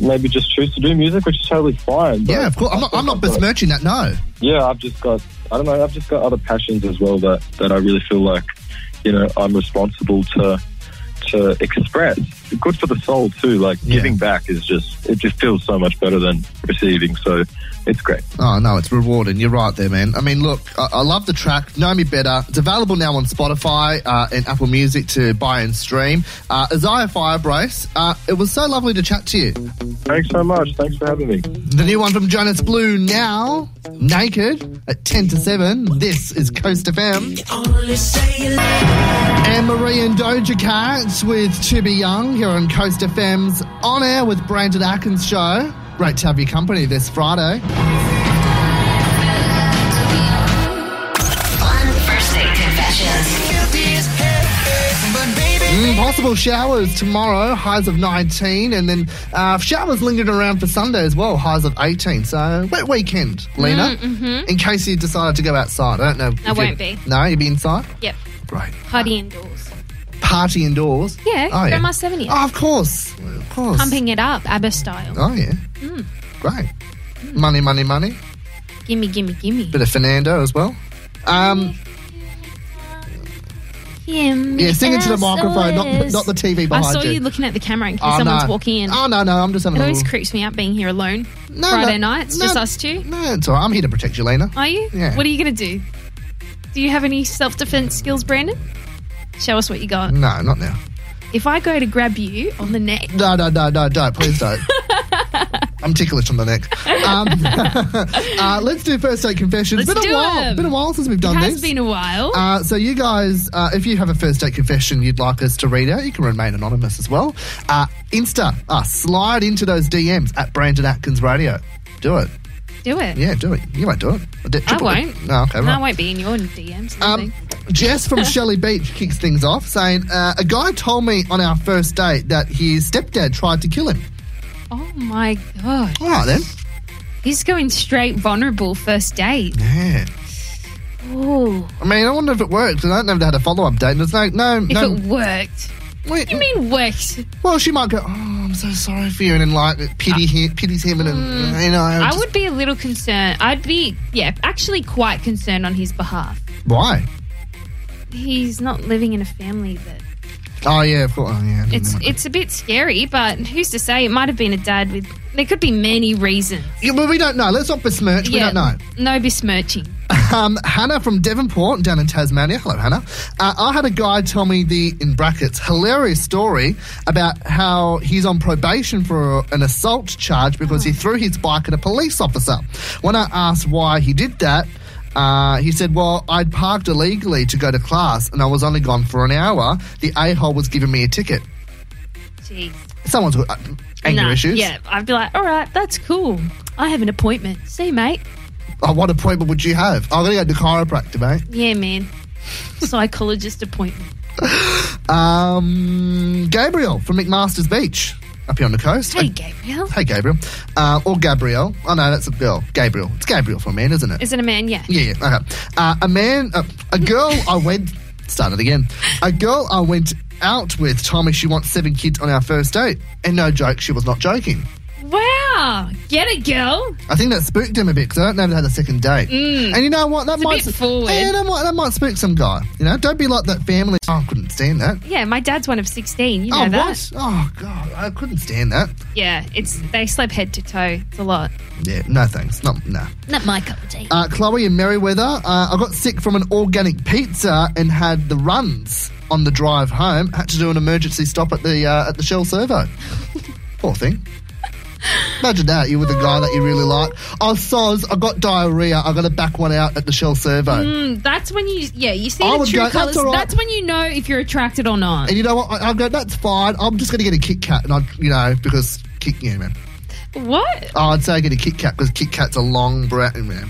maybe just choose to do music, which is totally fine. but Yeah, of course. I'm I not, think I'm not I've got- besmirching that. No. yeah, I've just got I don't know, I've just got other passions as well that, that I really feel like, you know, I'm responsible to to express. Good for the soul too. Like Yeah. giving back is just it just feels so much better than receiving. So it's great. Oh no, it's rewarding. You're right there, man. I mean, look, I, I love the track. Know me better. It's available now on Spotify uh, and Apple Music to buy and stream. Uh, Isaiah Firebrace, uh, it was so lovely to chat to you. Thanks so much. Thanks for having me. The new one from Jonas Blue now, naked at ten to seven. This is Coast FM. Anne Marie and Doja Cat with To Be Young here on Coast FM's On Air with Brandon Atkins show. Great to have your company this Friday. Fun first date confessions. Mm, Possible showers tomorrow, highs of 19, and then uh, showers lingered around for Sunday as well, highs of 18. So, wet weekend, Lena, in case you decided to go outside. I don't know. if Mm, mm-hmm. I won't you'd- be. No, you'll be inside? Yep. Great. Party indoors. Party indoors? Yeah, Oh, yeah. from my 70th. Oh, of course. Of course. Pumping Mm. it up, ABBA style. Oh, yeah. Great. Money, money, money. Gimme, gimme, gimme. Bit of Fernando as well. Um, Gimme yeah, sing into the microphone, not, the- SOS. not the TV I behind saw you. you looking at the camera in case Oh, someone's no. walking in. Oh, no, no, I'm just having It a always little... creeps me out being here alone. No, Friday no, nights, no. just us two. No, it's all right. I'm here to protect you, Lena. Are you? Yeah. What are you going to do? Do you have any self defense skills, Brandon? Show us what you got. No, not now. If I go to grab you on the neck, No, no, no, no, don't. Please don't. I'm ticklish on the neck. Um, uh, let's do first date confessions. Let's been do a while. them. Been a while since we've done it has this. been a while. Uh, so you guys, uh, if you have a first date confession you'd like us to read out, you can remain anonymous as well. Uh, Insta, uh, slide into those DMs at Brandon Atkins Radio. Do it. do it. Yeah, do it. You won't do it. D- triple- won't. No, okay, No, I right. won't be in your DMs. Um, Jess from Shelley Beach kicks things off saying, uh, A guy told me on our first date that his stepdad tried to kill him. oh my god, All right, then. he's going straight vulnerable first date. Yeah. Ooh, I mean, I wonder if it works. I don't know if they had a follow up date. And it's like, no, if no. it worked. wait, What do you mean worked? well, she might go, oh, I'm so sorry for you. And then, like, pity hi pities him. And, then, you know, Mm. I just- would be a little concerned. I'd be, yeah, actually quite concerned on his behalf. Why? He's not living in a family that Oh, yeah, of course. Oh, yeah. I didn't it's know. it's a bit scary, but who's to say it might have been a dad with there could be many reasons. Yeah, but we don't know. Let's not besmirch. We don't know. No besmirching. Um, Hannah from Devonport down in Tasmania. Hello, Hannah. Uh, I had a guy tell me the, in brackets, hilarious story about how he's on probation for an assault charge because Hmm. he threw his bike at a police officer. When I asked why he did that, uh, he said, Well, I'd parked illegally to go to class and I was only gone for an hour. The a hole was giving me a ticket. Jeez. Someone's got uh, anger Nah, issues. Yeah, I'd be like, all right, that's cool. I have an appointment. See, you, mate. Oh, what appointment would you have? I'm going to go to chiropractor, mate. Yeah, man. Psychologist appointment. Um, Gabriel from McMaster's Beach up here on the coast. Hey, Gabriel. Hey, Gabriel. Uh, or Gabrielle. Oh, no, that's a girl. Gabriel. It's Gabriel for a man, isn't it? Is it a man? Yeah. yeah, yeah. Okay. Uh, a man, uh, a girl I went, started again. A girl I went out with told me she wants seven kids on our first date. And no joke, she was not joking. Wow. Get it, girl. I think that spooked him a bit because I don't know if they had a second date. And you know what? That might Mm. bit forward. Yeah, that might, that might spook some guy. You know, don't be like that family. Oh, I couldn't stand that. Yeah, my dad's one of 16. You know oh, that? what? Oh, God, I couldn't stand that. Yeah, it's they slept head to toe. It's a lot. Yeah, no thanks. Not no. Not my cup of tea. Uh, Chloe and Merriweather. Uh, I got sick from an organic pizza and had the runs on the drive home. Had to do an emergency stop at the uh, at the Shell Servo. Poor thing. Imagine that you're with a guy that you really like. Oh, Soz, I got diarrhea. I got to back one out at the Shell Servo. Mm. Hmm, that's when you, yeah, you see I the would true go, "That's colors. all That's, right." when you know if you're attracted or not. And you know what? I, I go, that's fine. I'm just going to get a Kit Kat, and I, you know, because Kit, yeah, man. What? Oh, I'd say I get a Kit Kat because Kit Kat's a long brat, man.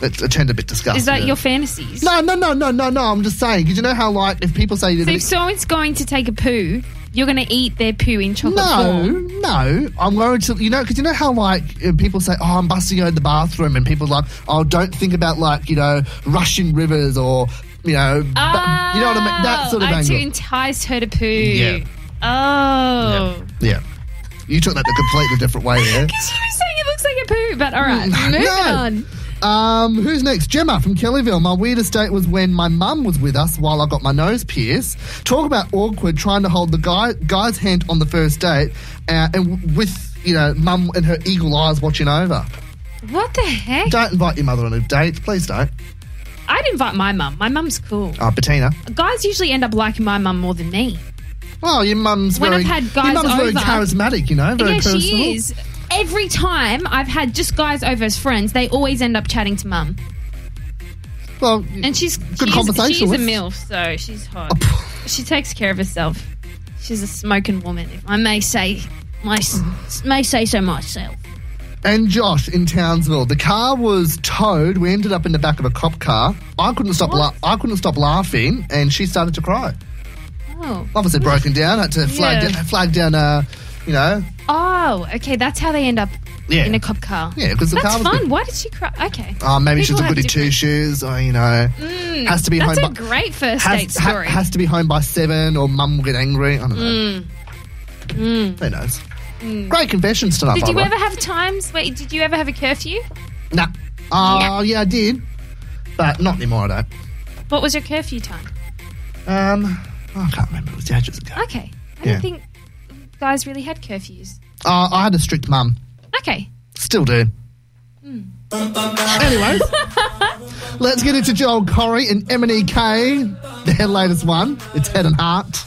It's it turned a bit disgusting. Is that yeah. your fantasies? No, no, no, no, no, no. I'm just saying. Because you know how, like, if people say So if someone's going to take a poo, you're going to eat their poo in chocolate no, form. no, I'm worried to, you know, because you know how, like, uh, people say, oh, I'm busting out the bathroom, and people like, oh, don't think about, like, you know, rushing rivers or, you know, bu- you know what I mean? That sort of Oh, angle. To entice her to poo. Yeah. Oh. yeah. You took that the completely different way there. Because you were saying it looks like a poo, but all right, Mm. moving on. no. Um, who's next? Gemma from Kellyville. My weirdest date was when my mum was with us while I got my nose pierced. Talk about awkward trying to hold the guy guy's hand on the first date, uh, and w- with you know mum and her eagle eyes watching over. What the heck? Don't invite your mother on a date, please don't. I'd invite my mum. My mum's cool. Oh, Bettina. Guys usually end up liking my mum more than me. Oh, your mum's When very. I've had your guys mum's very over- charismatic, you know, very yeah, personal. she is. Every time I've had just guys over as friends, they always end up chatting to mum. Well, And she's Good Oh. she's, she's a conversationalist. MILF, so she's hot. she takes care of herself. She's a smoking woman, if I may say my may say so myself. and Josh in Townsville. The car was towed. We ended up in the back of a cop car. I couldn't stop. La- I couldn't stop laughing, and she started to cry. Oh. Obviously broken down. Had to flag Yeah. down, flag down. Uh, you know, Oh, okay, that's how they end up yeah, in a cop car. yeah, because the That's car was. fun. Good. Why did she cry? Okay. Oh, maybe People she's a have goody two different- Hmm. shoes, or you know, has to be That's a home. by, great first date has, ha- story. Mm. has to be home by seven, or mum will get angry. I don't know. Who knows? Great confessions tonight. did by you the way. ever have times? Wait, did you ever have a curfew? No. Oh, yeah, I did. But not anymore, I don't. What was your curfew time? Um, I can't remember. It was ages ago. Okay. I Yeah. don't think guys really had curfews. Uh, I had a strict mum. Okay. Still do. Anyways, let's get into Joel Corey and Emily K. Their latest one. It's Head and Heart.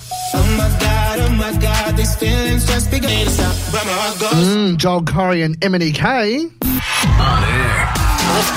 Mm, Joel Corey and Emily K. With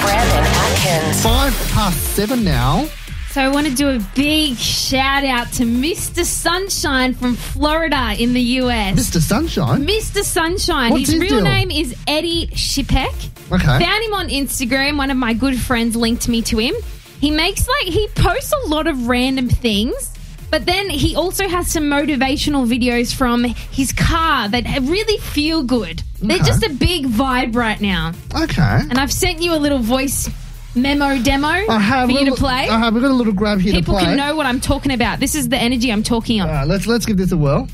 Brandon Atkins. Five past seven now. So I want to do a big shout out to Mr. Sunshine from Florida in the US. Mr. Sunshine. Mr. Sunshine. What's his his real deal? name is Eddie Shipek. Okay. Found him on Instagram. One of my good friends linked me to him. He makes like he posts a lot of random things, but then he also has some motivational videos from his car that really feel good. They're Okay. just a big vibe right now. Okay. And I've sent you a little voice memo demo I have for a you to little- play. I have. We've got a little grab here People to play. can know what I'm talking about. This is the energy I'm talking on. All right, let's let's give this a whirl.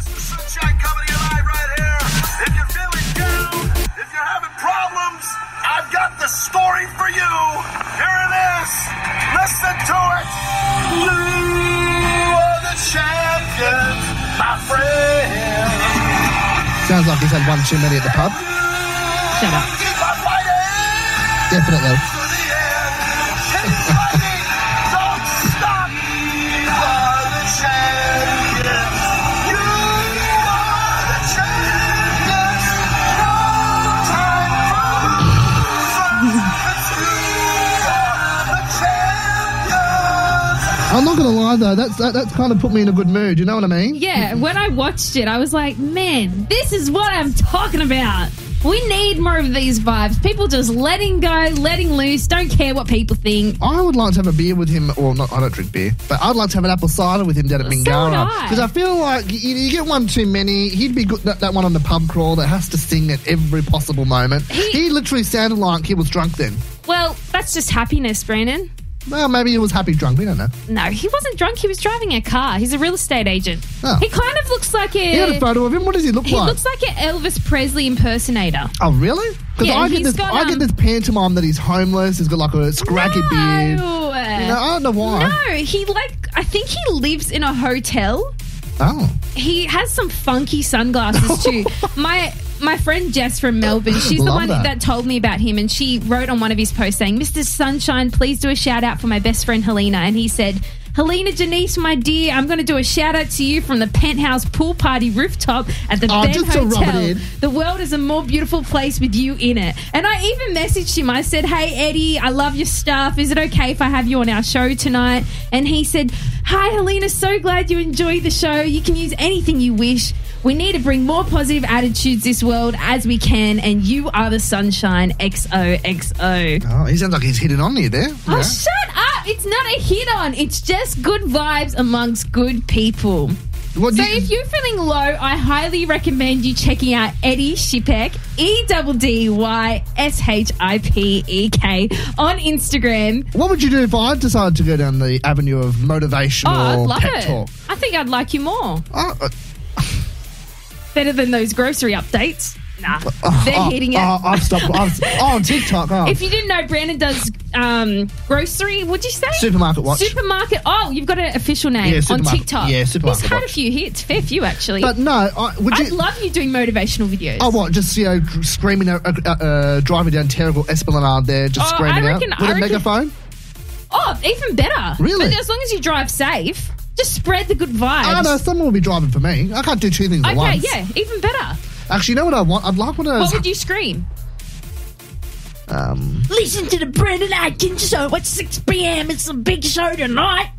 Sunshine Comedy Live right here. If you're feeling down, if you're having problems, I've got the story for you. Here it is. Listen to it. You are the champion, my friend. Sounds like he's had one too many at the pub. Shut up. Keep on fighting to Definitely. the end. Keep fighting. Don't stop. You are the champion. You are the champion. No time for losers. 'Cause you are the champion. I I'm not gonna lie though, that's that, that's kind of put me in a good mood. You know what I mean? Yeah, when I watched it, I was like, man, this is what I'm talking about. We need more of these vibes. People just letting go, letting loose, don't care what people think. I would like to have a beer with him. Well, not I don't drink beer, but I'd like to have an apple cider with him down at Mingara I. because I. feel like you, you get one too many. He'd be good that, that one on the pub crawl that has to sing at every possible moment. He, literally sounded like he was drunk then. Well, that's just happiness, Brandon. Well, maybe he was happy drunk. We don't know. No, he wasn't drunk. He was driving a car. He's a real estate agent. Oh. He kind of looks like a. He had a photo of him. What does he look He like? looks like an Elvis Presley impersonator. Oh really? Because Yeah, I get he's this, got, I get um, this pantomime that he's homeless. He's got like a scraggy beard. No. You know, I don't know why. No, he like I think he lives in a hotel. Oh, He has some funky sunglasses too. my my friend Jess from Melbourne, she's the Love one that. that told me about him and she wrote on one of his posts saying, "Mr. Sunshine, please do a shout out for my best friend Helena." And he said, "Helena Janice, my dear, I'm going to do a shout out to you from the penthouse pool party rooftop at the Oh, Ben just to rub it Hotel. in. The world is a more beautiful place with you in it. And I even messaged him. I said, Hey, Eddie, I love your stuff. Is it okay if I have you on our show tonight? And he said, Hi, Helena. So glad you enjoyed the show. You can use anything you wish. We need to bring more positive attitudes this world as we can. And you are the sunshine. XOXO. oh, he sounds like he's hitting on you there. Oh, Yeah. shut up. It's not a hit on, it's just good vibes amongst good people. What do So you- if you're feeling low, I highly recommend you checking out Eddie Shipek, E D D Y S H I P E K on Instagram. What would you do if I decided to go down the avenue of Oh, I'd motivational love pep it. talk? I think I'd like you more. Oh, uh, Better than those grocery updates. Nah, they're oh, hitting it. Oh, I've stopped. I've, oh, on TikTok. Oh. If you didn't know, Brandon does um, grocery. Would you say Supermarket watch. Supermarket. Oh, you've got an official name Yeah, on supermarket- TikTok. yeah, supermarket He's had watch. a few hits, fair few actually. but no, I, would I'd you? love you doing motivational videos. Oh, what? Just you know, dr- screaming, uh, uh, uh, driving down terrible Esplanade there, just Oh, I screaming reckon- out I with a reckon- megaphone. Oh, even better. Really? But as long as you drive safe, just spread the good vibes. Oh no, someone will be driving for me. I can't do two things at okay, once. yeah, even better. Actually, you know what I want? I'd like one of What those. would you scream? Um, Listen to the Brendan Atkins show at 6 p.m. It's a big show tonight.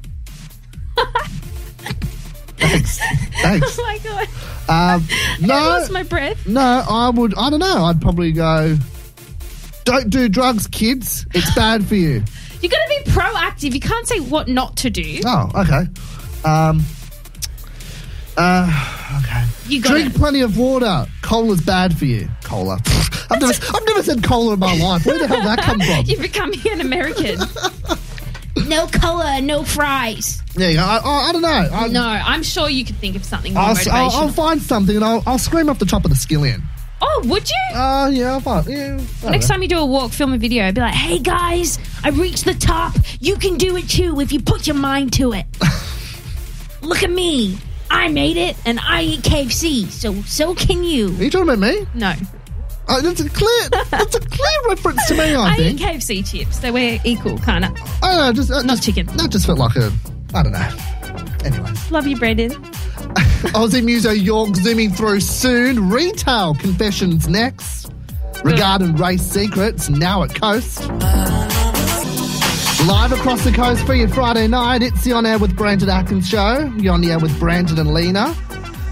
thanks. Oh my god. um, I no, lost my breath. no, I would. I don't know. I'd probably go. Don't do drugs, kids. It's bad for you. You gotta be proactive. You can't say what not to do. Oh, okay. Um, uh, okay. You gotta Drink plenty of water. Cola's bad for you. Cola. I've never, I've never said cola in my life. Where the hell did that come from? You're becoming an American. no color, no fries. Yeah, you go. I, I, I don't know. I, No, I'm sure you could think of something more I'll, motivational. I'll, I'll find something and I'll, I'll scream off the top of the skillion. oh, would you? Uh, yeah, I'll find. Yeah, I Next time you do a walk, film a video, be like, hey guys, I reached the top. You can do it too if you put your mind to it. Look at me. I made it and I eat KFC, so so can you. Are you talking about me? No. Uh, that's a clear, that's a clear reference to me. I, I, eat think. KFC chips, so we're equal, kinda. I don't know. Just, uh, Not just- chicken. That just felt like a. I don't know. Anyway. Love you, Brendan. Aussie Muso York zooming through soon. Retail confessions next. Regarding race secrets now at Coast. Live across the coast for your Friday night. It's the On Air with Brandon Atkins show. You're on the air with Brandon and Lena.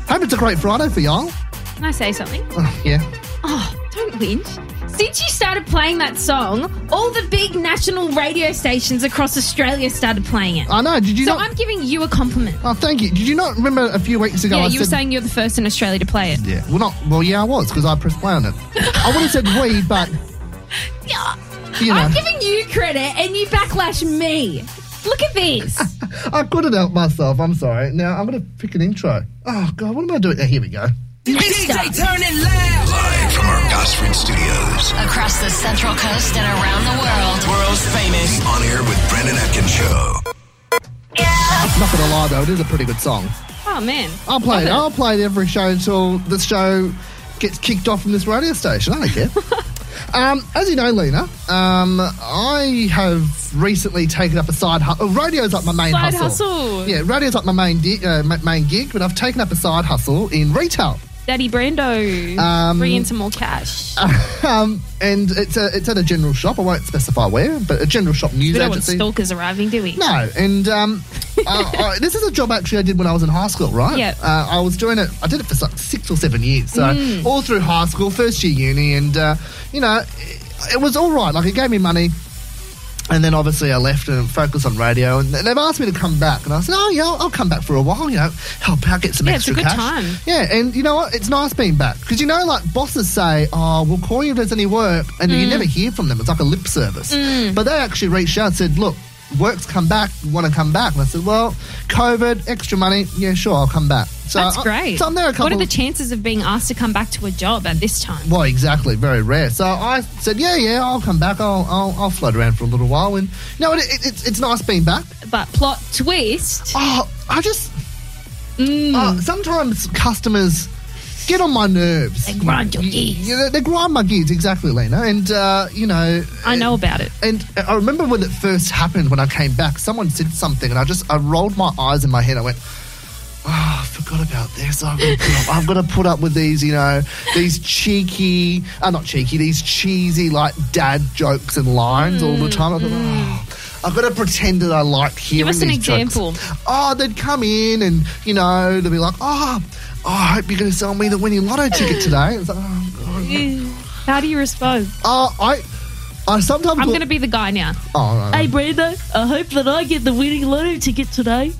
Hope it's a great Friday for y'all. Can I say something? Oh, yeah. Oh, don't whinge. Since you started playing that song, all the big national radio stations across Australia started playing it. I know. Did you So not? I'm giving you a compliment. oh, thank you. Did you not remember a few weeks ago? yeah, I you were said- saying you're the first in Australia to play it. Yeah. Well, not. Well, yeah, I was because I pressed play on it. I would have said we, but Yeah. you know, I'm giving you credit and you backlash me. Look at this. I couldn't help myself. I'm sorry. Now I'm going to pick an intro. Oh God, what am I doing? Here we go. Next up. Live from our Gosford studios. Across the Central Coast and around the world. World's famous. On air with Brandon Atkins show. Not going to lie though, it is a pretty good song. Oh man. I'll play it. I'll play it every show until the show gets kicked off from this radio station. I don't care. um, as you know, Lena, um, I have recently taken up a side hustle. Radio's like my main Side hustle. hustle. Yeah, radio's like my main di- uh, ma- main gig, but I've taken up a side hustle in retail. Daddy Brando. Um, Bring in some more cash. um, and it's a, it's at a general shop. I won't specify where, but a general shop news we don't want agency. stalkers arriving, do we? No, and um, uh, uh, this is a job actually I did when I was in high school, right? Yeah. Uh, I was doing it. I did it for like six or seven years, so all through high school, first year uni, and uh, you know, it, it was all right. Like it gave me money. And then obviously I left and focused on radio, and they've asked me to come back, and I said, "Oh yeah, I'll I'll come back for a while, you know, help out, get some Yeah, it's a extra good cash." time. Yeah, and you know what? It's nice being back because you know, like bosses say, "Oh, we'll call you if there's any work," and Mm. you never hear from them. It's like a lip service. But they actually reached out and said, "Look, work's come back. Want to come back?" And I said, "Well, COVID, extra money. Yeah, sure, I'll come back." So That's I- great. so I'm there a couple. what are the chances of being asked to come back to a job at this time? well, exactly, very rare. So I said, "Yeah, yeah, I'll come back. I'll, I'll, I'll float around for a little while." And you know, what? it, it, it's it's nice being back. But plot twist. Oh, I just. Oh, sometimes customers get on my nerves. They grind your gears. Yeah, they, they grind my gears, exactly, Lena. And, uh, you know. I know about it. And I remember when it first happened, when I came back, someone said something, and I just, I rolled my eyes in my head. I went, oh, I forgot about this. I've got, to put up, I've got to put up with these, you know, these cheeky, uh, not cheeky, these cheesy, like, dad jokes and lines all the time. I thought, oh, I've got to pretend that I like hearing Mm, Give us an these jokes." example. Oh, they'd come in and, you know, they'd be like, oh, oh, I hope you're going to sell me the winning lotto ticket today. It's like, oh, God. How do you respond? Oh, I, I sometimes. I'm look- going to be the guy now. Oh, no, no. Brando, I hope that I get the winning lotto ticket today.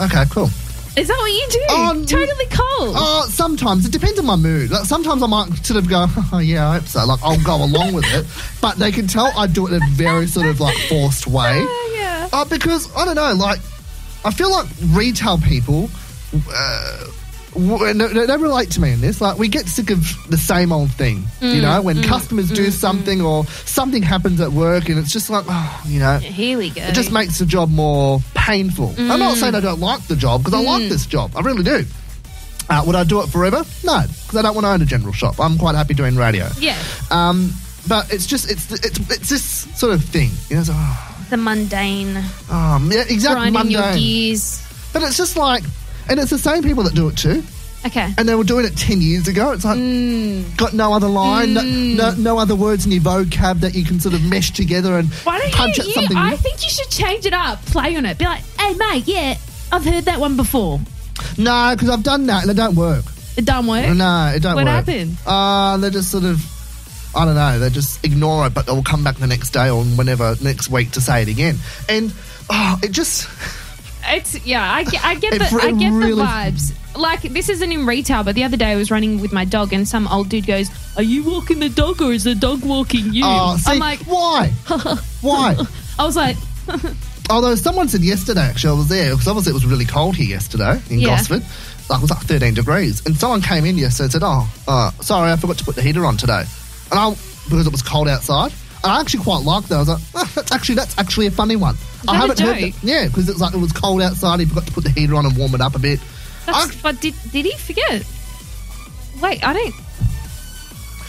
Okay, cool. Is that what you do? Oh, n- totally cold. Oh, sometimes it depends on my mood. Like sometimes I might sort of go, oh, yeah, I hope so. Like I'll go along with it, but they can tell I do it in a very sort of like forced way. yeah. Uh, because I don't know, like I feel like retail people. Uh, w- no, no, they relate to me in this. Like, we get sick of the same old thing, Mm, you know, when customers do something or something happens at work, and it's just like, oh, you know, Here we go. it just makes the job more painful. I'm not Mm. saying I don't like the job because I like this job. I really do. Uh, would I do it forever? No, because I don't want to own a general shop. I'm quite happy doing radio. yeah, Um, but it's just it's it's it's this sort of thing. You know, it's, oh, the mundane oh, yeah, exactly. grinding your Monday. gears. But it's just like, and it's the same people that do it too. Okay. And they were doing it ten years ago. It's like Mm. got no other line, no, no no other words in your vocab that you can sort of mesh together and Why don't punch you? at you- something. I new. think you should change it up. Play on it. Be like, hey mate, yeah, I've heard that one before. No, because I've done that and it don't work. It don't work. No, it don't What work. happened? Uh, they just sort of, I don't know, they just ignore it, but they'll come back the next day or whenever, next week to say it again. And oh, it just, It's yeah, I, get- I get It the re- I get really- the vibes. Like this isn't in retail, but the other day I was running with my dog, and some old dude goes, "Are you walking the dog, or is the dog walking you?" oh, see, I'm like, why? why? I was like, Although someone said yesterday, actually, I was there, because obviously it was really cold here yesterday in Yeah. Gosford. Like, it was like 13 degrees. And someone came in yesterday and said, oh, uh, sorry, I forgot to put the heater on today. And I, because it was cold outside. And I actually quite liked that. I was like, "Ah, that's actually that's actually a funny one. I that a haven't heard joke? that. Yeah, because it's like it was cold outside. He forgot to put the heater on and warm it up a bit. I- That's, but did did he forget? Wait, I don't.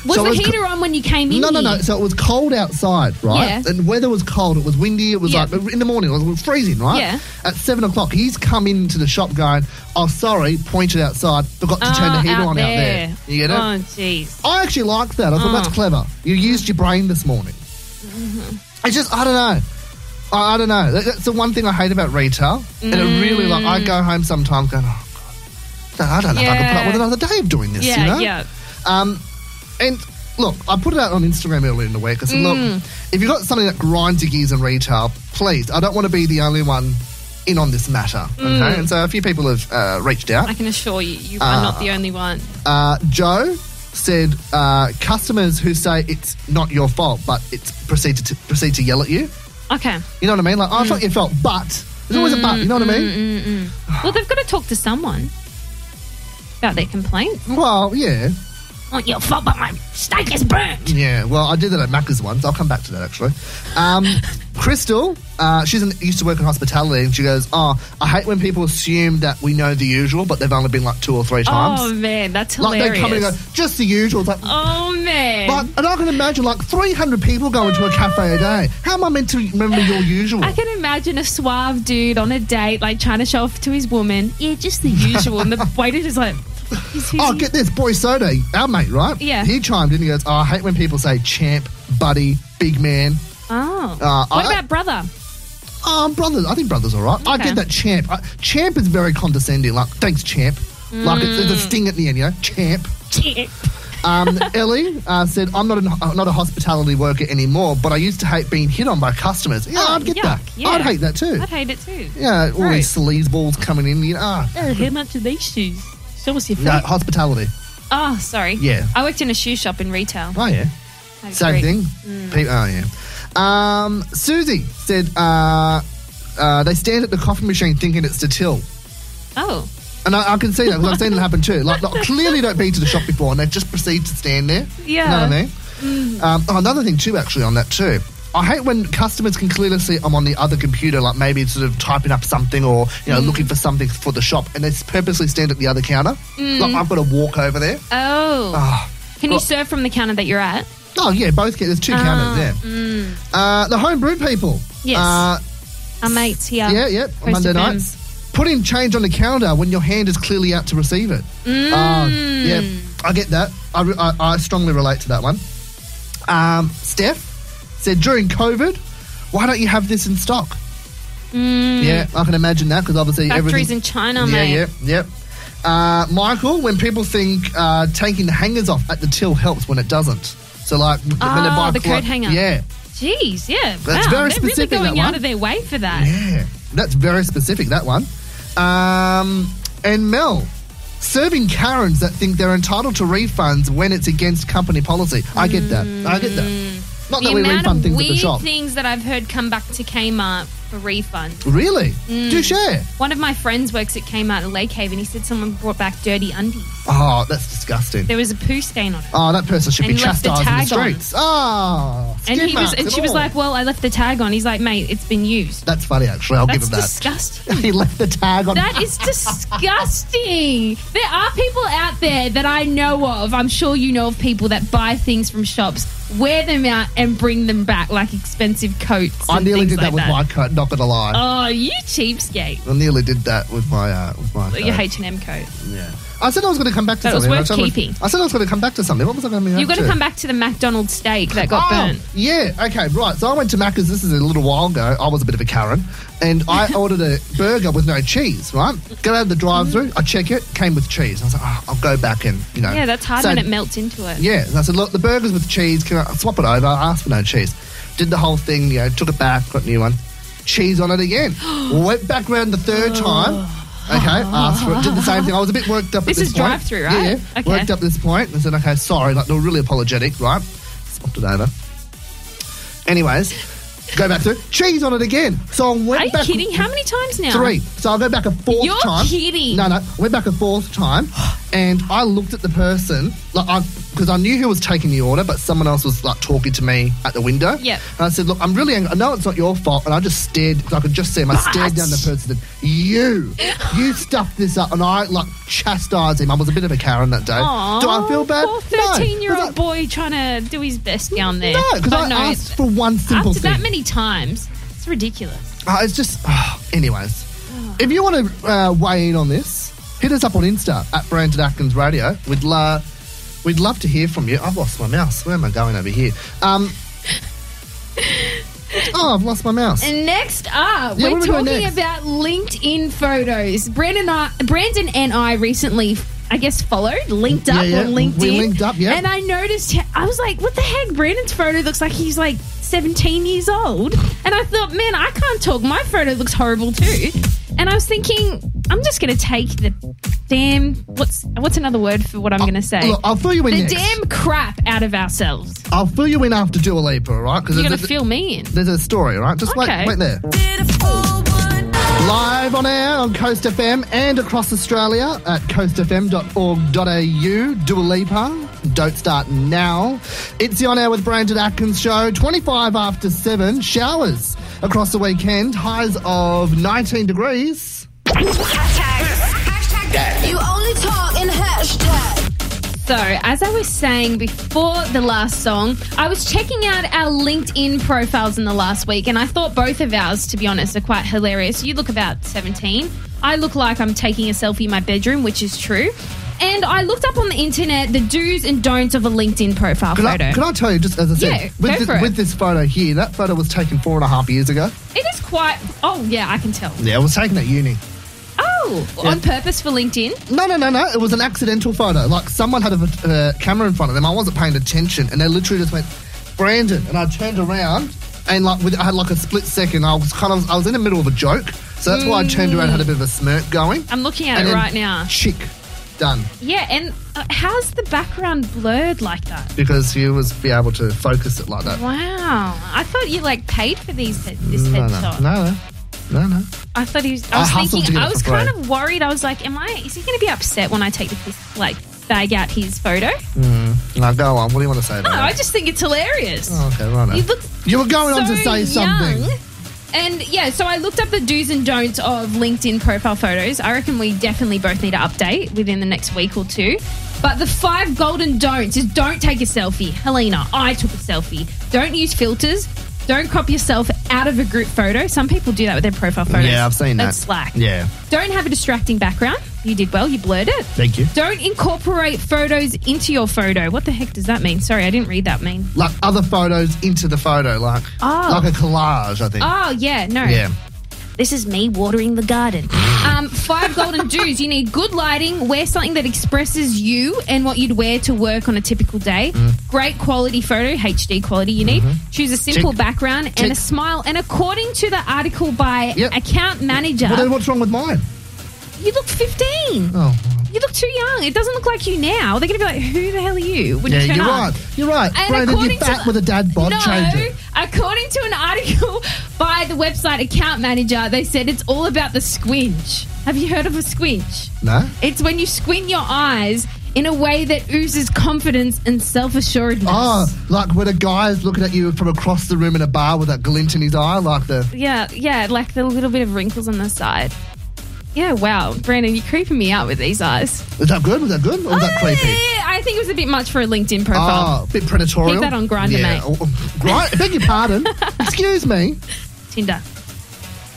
Was So it the was co- heater on when you came in? No, no, here? no. So it was cold outside, right? Yeah. And weather was cold. It was windy. It was Yeah. like in the morning. It was freezing, right? Yeah. At seven o'clock, he's come into the shop going, "Oh, sorry," pointed outside. Forgot to turn the Ah, heater out on out there. You get it? Oh, jeez. I actually like that. I thought that's clever. You used your brain this morning. Mm-hmm. It's just I don't know. I, I don't know. That- That's the one thing I hate about retail, and it really like Mm. I go home sometimes going, "Oh God, I don't know if I can put up Yeah. with another day of doing this." Yeah, you know? yeah. Um, and look, I put it out on Instagram earlier in the week. I said, look, if you've got something that grinds your gears in retail, please, I don't want to be the only one in on this matter. Okay, and so a few people have uh, reached out. I can assure you, you are not the Ah. only one. Uh, Joe said, uh, customers who say it's not your fault, but it's proceed to proceed to yell at you. Okay. You know what I mean? Like, oh, it's not your fault, but there's always a but. You know what I mean? Well, they've got to talk to someone about their complaint. Well, yeah, Not your fault, but my steak is burnt. yeah. Well, I did that at Macca's once. I'll come back to that actually. Um, Crystal, uh, she's an, used to work in hospitality, and she goes, "Oh, I hate when people assume that we know the usual, but they've only been like two or three times." Oh man, that's like hilarious. they come in and go, "Just the usual." It's like, oh man. Like, and I can imagine like 300 people going to a cafe a day. How am I meant to remember your usual? I can imagine a suave dude on a date, like trying to show off to his woman. Yeah, just the usual. and the waiter is like, Oh, get this, boy Soda, our mate, right? Yeah. He chimed in. He goes, oh, "I hate when people say champ, buddy, big man." Oh. Uh, what I- about brother? Um, brothers, I think brothers all right. I Okay. get that champ. I, champ is very condescending. Like, thanks, champ. Like it's, Mm. it's a sting at the end, you know, champ. Um, Ellie uh, said, "I'm not an, uh, not a hospitality worker anymore, but I used to hate being hit on by customers. Yeah, Oh, I'd get yuck, that. yeah. I'd hate that too. I'd hate it too. yeah, all these sleazeballs coming in. You know, ah, Oh, how much are these shoes? It's almost your no, hospitality. Oh, sorry. Yeah. I worked in a shoe shop in retail. Oh yeah, That's same great. Mm. thing. Pe- oh yeah. Um, Susie said, uh, uh, they stand at the coffee machine thinking it's to till." Oh. And I, I can see that because I've seen it happen too. Like, like clearly don't been to the shop before, and they just proceed to stand there. Yeah. you know what I mean. Um, oh, another thing too, actually, on that too. I hate when customers can clearly see I'm on the other computer, like maybe sort of typing up something or you know looking for something for the shop, and they purposely stand at the other counter. Mm. Like I've got to walk over there. Oh. Ah. Can you Well- serve from the counter that you're at? Oh yeah, both get there's two counters there. Uh, the homebrew people. Ah, mm. Yes. Uh, Our mates here. Yeah, yeah. Coast Monday FM. nights. Putting change on the counter when your hand is clearly out to receive it. Mm. Uh, yeah, I get that. I, re- I, I strongly relate to that one. Um, Steph said during COVID, why don't you have this in stock? Yeah, I can imagine that because obviously Mm. Factories everything- in China, yeah, mate. yeah, yeah. Uh, Michael, when people think uh, taking the hangers off at the till helps when it doesn't. So like when they Ah, buy the coat cloth- hanger. Yeah, Jeez, yeah. That's wow, very They're specific, really that going one. out of their way for that. Yeah, that's very specific, that one. Um, and Mel, serving Karens that think they're entitled to refunds when it's against company policy. I get that. I get that. Not that Mm. The we amount refund of things weird at the shop. things that I've heard come back to Kmart for refunds. Really? Mm. Do share. One of my friends works at Kmart in Lake Haven. He said someone brought back dirty undies. Oh, that's disgusting. There was a poo stain on it. Oh, that person should And be he left the chastised in the tag on. streets. Oh, skid And he was, marks and and she was all. like, "Well, I left the tag on." He's like, "Mate, it's been used." that's funny, actually. I'll give That's him that. disgusting. he left the tag on. That is disgusting. There are people out there that I know of. I'm sure you know of people that buy things from shops, wear them out, and bring them back like expensive coats. I and nearly things did that like with my coat. Not gonna lie, Oh, you cheapskate! I nearly did that with my uh, with my. Your coat. H and M coat. Yeah. I said I was going to come back to That was something. worth I said I was- keeping. I said I was going to come back to something. What was I going to be You've got to to come back to the McDonald's steak that got Oh, burnt. yeah, okay, right. So I went to Macca's, this is a little while ago. I was a bit of a Karen. And I ordered a burger with no cheese, right? Got out of the drive through, I check it, came with cheese. I was like, oh, I'll go back and, you know. Yeah, that's hard So- when it melts into it. Yeah, and I said, look, the burger's with cheese, can I swap it over? I asked for no cheese. Did the whole thing, you know, took it back, got a new one. Cheese on it again. went back round the third time. Okay, asked for it. Did the same thing. I was a bit worked up This at this is point. drive-through, right? Yeah, Okay. worked up at this point and said, okay, sorry, like, they were really apologetic, right? Swapped it over. Anyways, go back through. Cheese on it again. So I went Are you back kidding? How many times now? three. So I'll go back a 4th You're time. kidding. No, no. I went back a fourth time and I looked at the person, like I because I knew who was taking the order, but someone else was like talking to me at the window. Yep. And I said, Look, I'm really angry. I know it's not your fault. And I just stared because I could just see him. I stared down the person and said, You, you stuffed this up. And I like chastised him. I was a bit of a Karen that day. Do I feel bad? No. Poor 'Cause thirteen-year-old I- boy trying to do his best down there. No, because But I no, asked for one simple after thing. that many times, it's ridiculous. Uh, it's just, anyways. If you want to uh, weigh in on this, hit us up on Insta at Brandon Atkins Radio. We'd la- we'd love to hear from you. I've lost my mouse. Where am I going over here? Um, oh, I've lost my mouse. And next up, Yeah, we're what are we doing talking next? about LinkedIn photos. Brandon, and I, Brandon and I recently, I guess, followed, linked up Yeah, yeah. on LinkedIn. We linked up, yeah. And I noticed, I was like, what the heck? Brandon's photo looks like he's like 17 years old. And I thought, man, I can't talk. My photo looks horrible too. And I was thinking, I'm just going to take the damn, what's what's another word for what I'm going to say? Oh, Look, I'll fill you in the next. damn crap out of ourselves. I'll fill you in after Dua Lipa, all right? Because You're there's, gonna a- fill me in. there's a story, all right? Just Okay. wait, wait there. Live on air on Coast FM and across Australia at coastfm.org.au. Dua Lipa, Don't Start Now. It's the On Air with Brandon Atkins show, 25 after 7, showers across the weekend, highs of 19 degrees. Hashtag. Hashtag You only talk in hashtag. So, as I was saying before the last song, I was checking out our LinkedIn profiles in the last week, and I thought both of ours, to be honest, are quite hilarious. You look about 17. I look like I'm taking a selfie in my bedroom, which is true. and I looked up on the internet the do's and don'ts of a LinkedIn profile Can I, photo. can I tell you, just as I said, Yeah, with, go thi- for it. with this photo here, that photo was taken four and a half years ago. it is quite. Oh yeah, I can tell. Yeah, it was taken at uni. Oh, on purpose for LinkedIn. No, no, no, no. It was an accidental photo. Like someone had a uh, camera in front of them. I wasn't paying attention, and they literally just went, "Brandon," and I turned around and like with, I had like a split second. I was kind of I was in the middle of a joke, so that's why I turned around and had a bit of a smirk going. I'm looking at And it then, right now. Chick, done Yeah, and uh, how's the background blurred like that? because you was be able to focus it like that. Wow, I thought you like paid for these he- this No, no, headshot. no, no, no, no. I thought he was. I I was hustled to thinking. get it I was for free. kind of worried. I was like, "Am I? Is he going to be upset when I take the piss, like bag out his photo?" No, go on. What do you want to say? No, About I it? just think it's hilarious. Oh, okay, right. You look You were going on to so say something. young. And yeah, so I looked up the do's and don'ts of LinkedIn profile photos. I reckon we definitely both need to update within the next week or two. But the five golden don'ts is don't take a selfie. Helena, I took a selfie. Don't use filters. Don't crop yourself out of a group photo. Some people do that with their profile photos. Yeah, I've seen That's that. slack. Yeah, Don't have a distracting background. You did well. You blurred it. thank you. Don't incorporate photos into your photo. What the heck does that mean? Sorry, I didn't read that mean. Like other photos into the photo, like Oh. like a collage, I think. Oh, yeah, no. Yeah. This is me watering the garden. um, five golden do's. You need good lighting, wear something that expresses you and what you'd wear to work on a typical day. Mm. Great quality photo, HD quality you need. Choose a simple Mm-hmm. Tick. background and Tick. a smile. And according to the article by Yep. account manager, Well, then what's wrong with mine? you look 15. Oh, You look too young. It doesn't look like you now. They're going to be like, who the hell are you when yeah, you turn you're up? right. You're right. And Brandon, according you're to fat the- with a dad bod. no, Change it. according to an article by the website Account Manager, they said it's all about the squinch. Have you heard of a squinch? No? It's when you squint your eyes in a way that oozes confidence and self assuredness. Oh, like when a guy's looking at you from across the room in a bar with that glint in his eye, like the. Yeah, yeah, like the little bit of wrinkles on the side. Yeah, wow. Brandon, you're creeping me out with these eyes. Is that good? Was that good? Or was that creepy? Eh, I think it was a bit much for a LinkedIn profile. Oh, a bit Oh, predatory. Keep that on Grindr, mate. Right? Beg your pardon. Excuse me. Tinder.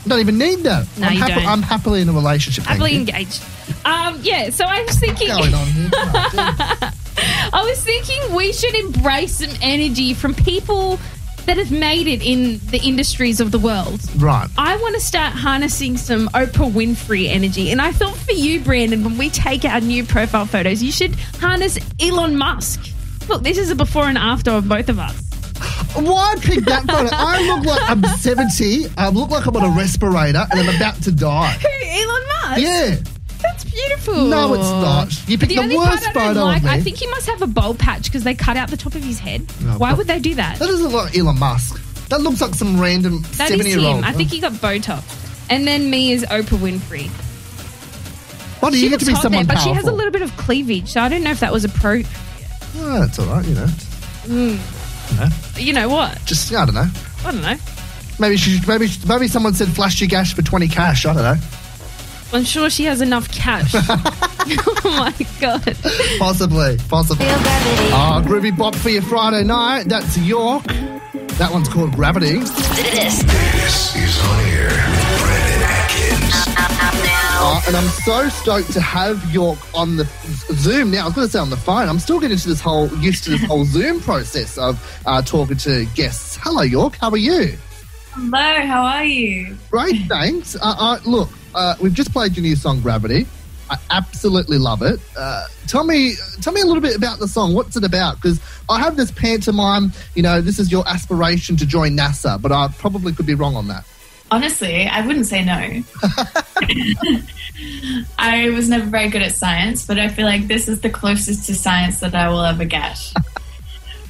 Don't even need that. No, I'm, you don't. I'm happily in a relationship. thank Happily you. engaged. Um, yeah, so I was thinking. What's going on here? I was thinking we should embrace some energy from people that have made it in the industries of the world. right. I want to start harnessing some Oprah Winfrey energy. And I thought for you, Brandon, when we take our new profile photos, you should harness Elon Musk. Look, this is a before and after of both of us. Why pick that photo? I look like I'm 70. I look like I'm on a respirator and I'm about to die. Who, Elon Musk? Yeah. That's beautiful. No, it's not. You picked Oh. The the, only worst part I don't photo like, of me. I think he must have a bowl patch because they cut out the top of his head. No, Why but- would they do that? that doesn't look like Elon Musk. That looks like some random That is him. seven-year-old. I think he got Botox. And then me is Oprah Winfrey. Why do you get to be looks hot someone there, but powerful? she has a little bit of cleavage, so I don't know if that was a pro. Oh, that's all right, you know. You know what? Just I don't know. I don't know. Maybe she, maybe maybe someone said flash your gash for twenty cash. I don't know. I'm sure she has enough cash. oh my god! Possibly, possibly. Ah, groovy bop for your Friday night. That's York. That one's called Gravity. This This is on air. Brandon Atkins. up now. Uh, and I'm so stoked to have York on the Zoom now. I was going to say on the phone. I'm still getting to this whole used to this whole Zoom process of uh, talking to guests. Hello, York. How are you? Hello, how are you? Great, thanks. Uh, uh, look, uh, we've just played your new song Gravity. I absolutely love it. Uh, tell me, tell me a little bit about the song. What's it about? Because I have this pantomime. You know, this is your aspiration to join NASA, but I probably could be wrong on that. Honestly, I wouldn't say no. I was never very good at science, but I feel like this is the closest to science that I will ever get.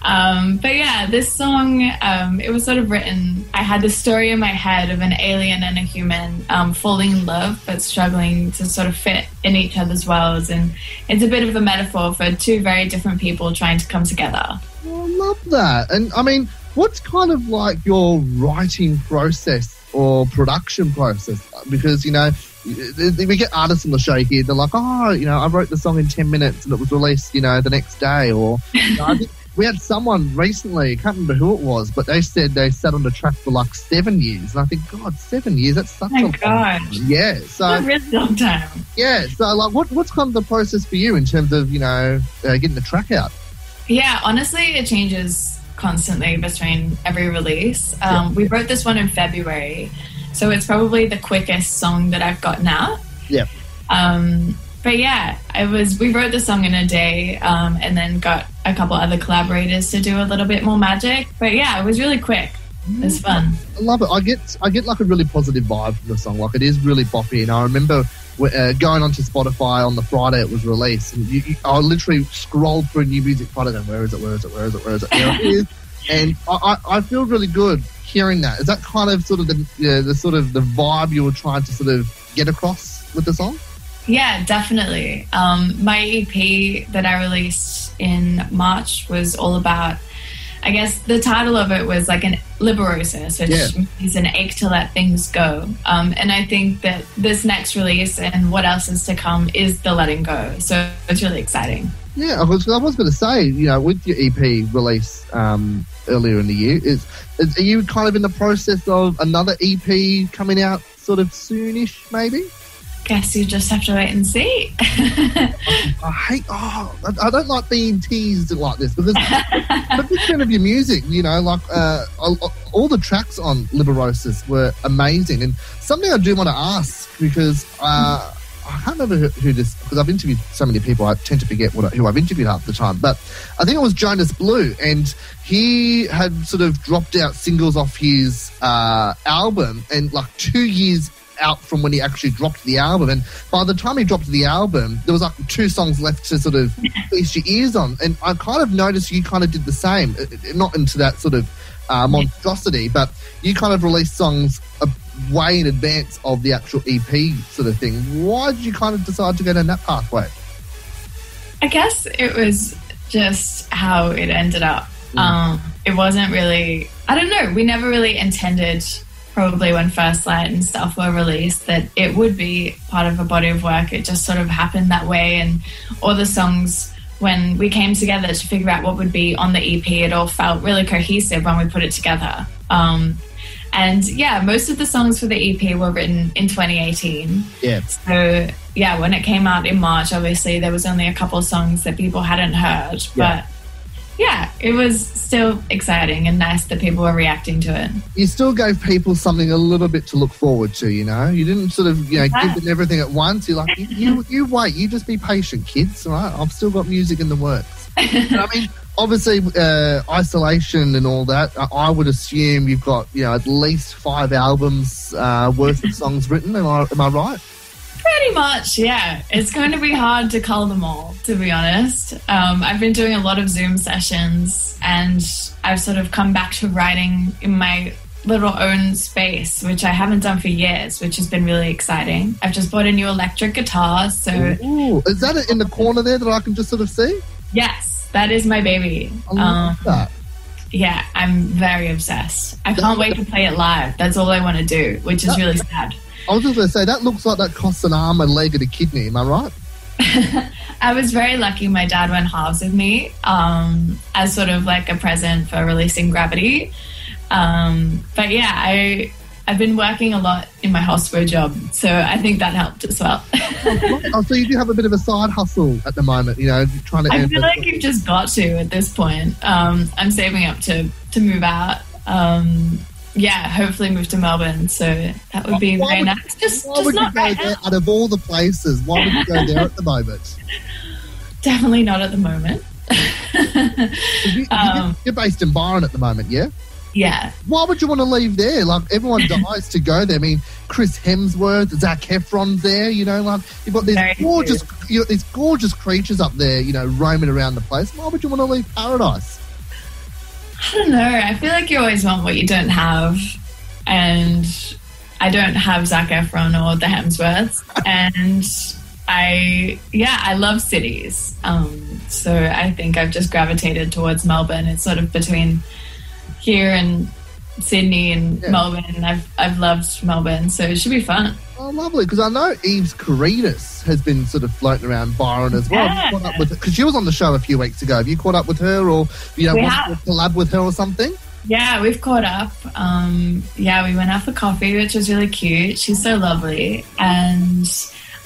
Um, but yeah, this song, um, it was sort of written. I had this story in my head of an alien and a human um, falling in love, but struggling to sort of fit in each other's worlds. And it's a bit of a metaphor for two very different people trying to come together. Well, I love that. And I mean, what's kind of like your writing process or production process? Because, you know, we get artists on the show here, they're like, oh, you know, I wrote the song in 10 minutes and it was released, you know, the next day. Or, you know, I, did, we had someone recently, I can't remember who it was, but they said they sat on the track for like seven years. And I think, God, seven years? That's such My a long God. time. Yeah. So, It's a really long time. yeah. So, like, what, what's kind of the process for you in terms of, you know, uh, getting the track out? Yeah, honestly, it changes constantly between every release. Um, We wrote this one in February, so it's probably the quickest song that I've gotten out. Yeah. Um, but yeah, it was. We wrote the song in a day, um, and then got a couple other collaborators to do a little bit more magic. But yeah, it was really quick. It was fun. I love it. I get I get like a really positive vibe from the song. Like it is really boppy, and I remember uh, going onto Spotify on the Friday it was released, and you, you, I literally scrolled through new music Friday, and where is it? Where is it? Where is it? Where is it? There it is. And I, I, I feel really good hearing that. Is that kind of sort of the uh, the sort of the vibe you were trying to sort of get across with the song? Yeah, definitely. Um, my EP that I released in March was all about, I guess the title of it was like an liberosis, which Yeah. means an ache to let things go. Um, and I think that this next release and what else is to come is the letting go. So it's really exciting. Yeah, I was, I was going to say, you know, with your EP release um, earlier in the year, is, is are you kind of in the process of another EP coming out sort of soonish, maybe? Guess you just have to wait and see. I hate. Oh, I, I don't like being teased like this because the big fan of your music, you know, like uh, all, all the tracks on Liberosis were amazing. And something I do want to ask because uh, I can't remember who, who this because I've interviewed so many people. I tend to forget what I, who I've interviewed half the time. But I think it was Jonas Blue, and he had sort of dropped out singles off his uh, album, and like two years out from when he actually dropped the album. And by the time he dropped the album, there was like two songs left to sort of feast your ears on. And I kind of noticed you kind of did the same, Uh, uh, not into that sort of uh, monstrosity, but you kind of released songs uh, way in advance of the actual EP sort of thing. Why did you kind of decide to go down that pathway? I guess it was just how it ended up. Mm. Um, it wasn't really, I don't know, we never really intended, probably when First Light and stuff were released, that it would be part of a body of work. It just sort of happened that way. And all the songs, when we came together to figure out what would be on the EP, it all felt really cohesive when we put it together. Um, and yeah, most of the songs for the EP were written in 2018. Yeah. So yeah, when it came out in March, obviously there was only a couple songs that people hadn't heard, Yeah. but yeah, it was still exciting and nice that people were reacting to it. You still gave people something a little bit to look forward to, you know. You didn't sort of, you know, give them everything at once. You're like, you, you, you wait, you just be patient, kids. All right, I've still got music in the works. I mean, obviously, uh, isolation and all that. I, I would assume you've got, you know, at least five albums uh, worth of songs written. Am I, am I right? Pretty much, yeah. It's going to be hard to cull them all, to be honest. Um, I've been doing a lot of Zoom sessions and I've sort of come back to writing in my little own space, which I haven't done for years, which has been really exciting. I've just bought a new electric guitar, so Ooh, is that it in the corner there that I can just sort of see? Yes, that is my baby. Um, I love that. yeah, I'm very obsessed. I can't wait to play it live. That's all I want to do, which is really sad. I was just going to say that looks like that costs an arm, a leg, and a kidney. Am I right? I was very lucky my dad went halves with me um, as sort of like a present for releasing Gravity. Um, but yeah, I, I've been working a lot in my hospital job, so I think that helped as well. oh, so you do have a bit of a side hustle at the moment, you know, trying to. I earn feel the- like you've just got to at this point. Um, I'm saving up to to move out. Um, yeah, hopefully move to Melbourne. So that would be Why very would- nice. Just, why just would you not go right there now. out of all the places? Why would you go there at the moment? Definitely not at the moment. You, Um. are based in Byron at the moment, yeah? Yeah. Why would you want to leave there? Like everyone dies to go there. I mean, Chris Hemsworth, Zach Efron's there. You know, like you've got these gorgeous, you know, these gorgeous creatures up there. You know, roaming around the place. Why would you want to leave paradise? I don't know. I feel like you always want what you don't have, and I don't have Zac Efron or the Hemsworths, and I yeah, I love cities. Um, so I think I've just gravitated towards Melbourne. It's sort of between here and Sydney and Melbourne, and I've I've loved Melbourne, so it should be fun. Oh, lovely. Because I know Eve's Caritas has been sort of floating around Byron as well. Have you caught up with Because she was on the show a few weeks ago. Have you caught up with her or, you know, We watched have. a collab with her or something? Yeah, we've caught up. Um, yeah, we went out for coffee, which was really cute. She's so lovely, and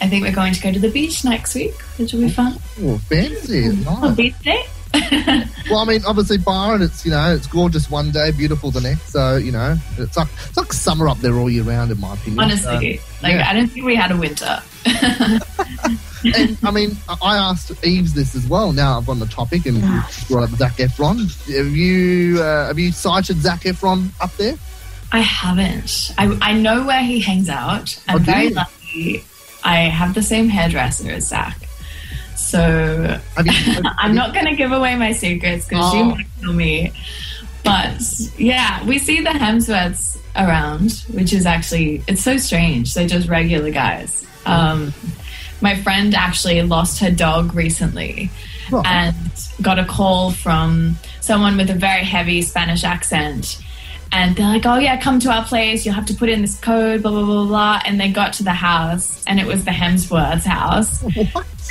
I think we're going to go to the beach next week, which will be fun. Oh, fancy. Oh, Nice. beach day. Well, I mean, obviously Byron, it's, you know, it's gorgeous one day, beautiful the next. So, you know, it's like, it's like summer up there all year round, in my opinion. Honestly, So, like yeah. I don't think we had a winter. and Um, I mean, I- I asked Eves this as well. Now I'm on the topic and you brought up Zach Efron. Have you uh, have you cited Zach Efron up there? I haven't. I, I know where he hangs out. I'm Oh, do very you? lucky. I have the same hairdresser as Zach. So I'm not going to give away my secrets because she Oh. might kill me. But yeah, we see the Hemsworths around, which is actually, it's so strange. They're just regular guys. Um, my friend actually lost her dog recently Right. and got a call from someone with a very heavy Spanish accent. And they're like, oh, yeah, come to our place. You'll have to put in this code, blah, blah, blah, blah. And they got to the house, and it was the Hemsworths house.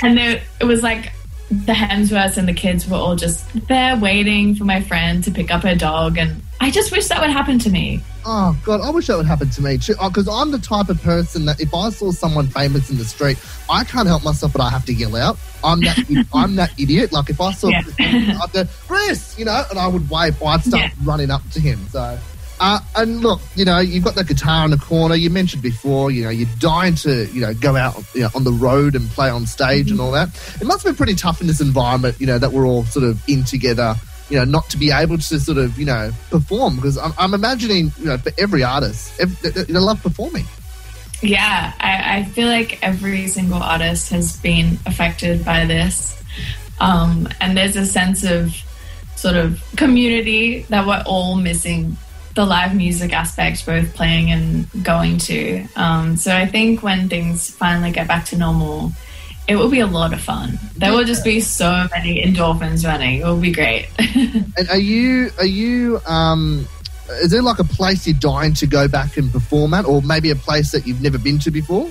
And they, it was like the Hemsworths and the kids were all just there waiting for my friend to pick up her dog. And I just wish that would happen to me. Oh God, I wish that would happen to me too. Because I'm the type of person that if I saw someone famous in the street, I can't help myself, but I have to yell out. I'm that I'm that idiot. Like if I saw, Yeah. I'd go Chris, you know, and I would wave. Or I'd start running up to him. So. Uh, and look, you know, you've got that guitar in the corner. You mentioned before, you know, you're dying to, you know, go out you know, on the road and play on stage and all that. It must have been pretty tough in this environment, you know, that we're all sort of in together you know, not to be able to sort of, you know, perform because I'm, I'm imagining, you know, for every artist, ev they, they love performing. Yeah, I, I feel like every single artist has been affected by this. Um, and there's a sense of sort of community that we're all missing the live music aspect, both playing and going to. Um, so I think when things finally get back to normal, it will be a lot of fun. There will just be so many endorphins running. It will be great. Um, And are you, are you, um, is there like a place you're dying to go back and perform at, or maybe a place that you've never been to before?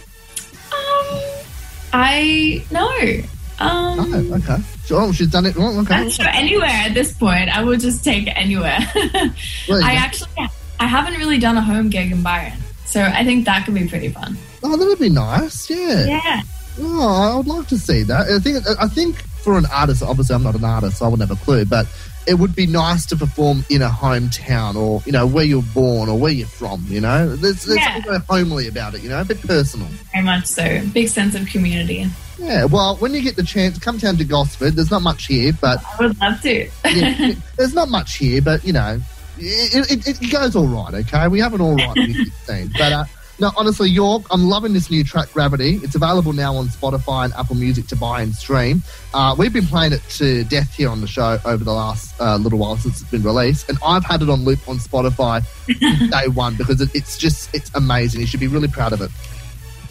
I know. Um, No, okay. Sure, oh, she's done it. Oh, okay. That's true. Anywhere at this point, I will just take anywhere. Well, I yeah. actually, I haven't really done a home gig in Byron, so I think that could be pretty fun. Oh, that would be nice. Yeah. Yeah. Oh, I would like to see that. I think I think for an artist, obviously I'm not an artist, so I wouldn't have a clue, but it would be nice to perform in a hometown or, you know, where you're born or where you're from, you know? There's, there's Yeah. something very homely about it, you know, a bit personal. Very much so. Big sense of community. Yeah, well, when you get the chance, come down to Gosford. There's not much here, but I would love to. yeah, there's not much here, but you know, it, it, it goes all right. Okay, we have an all right music scene, but uh, no, honestly, York, I'm loving this new track, Gravity. It's available now on Spotify and Apple Music to buy and stream. Uh, we've been playing it to death here on the show over the last uh, little while since it's been released, and I've had it on loop on Spotify since day one because it, it's just it's amazing. You should be really proud of it.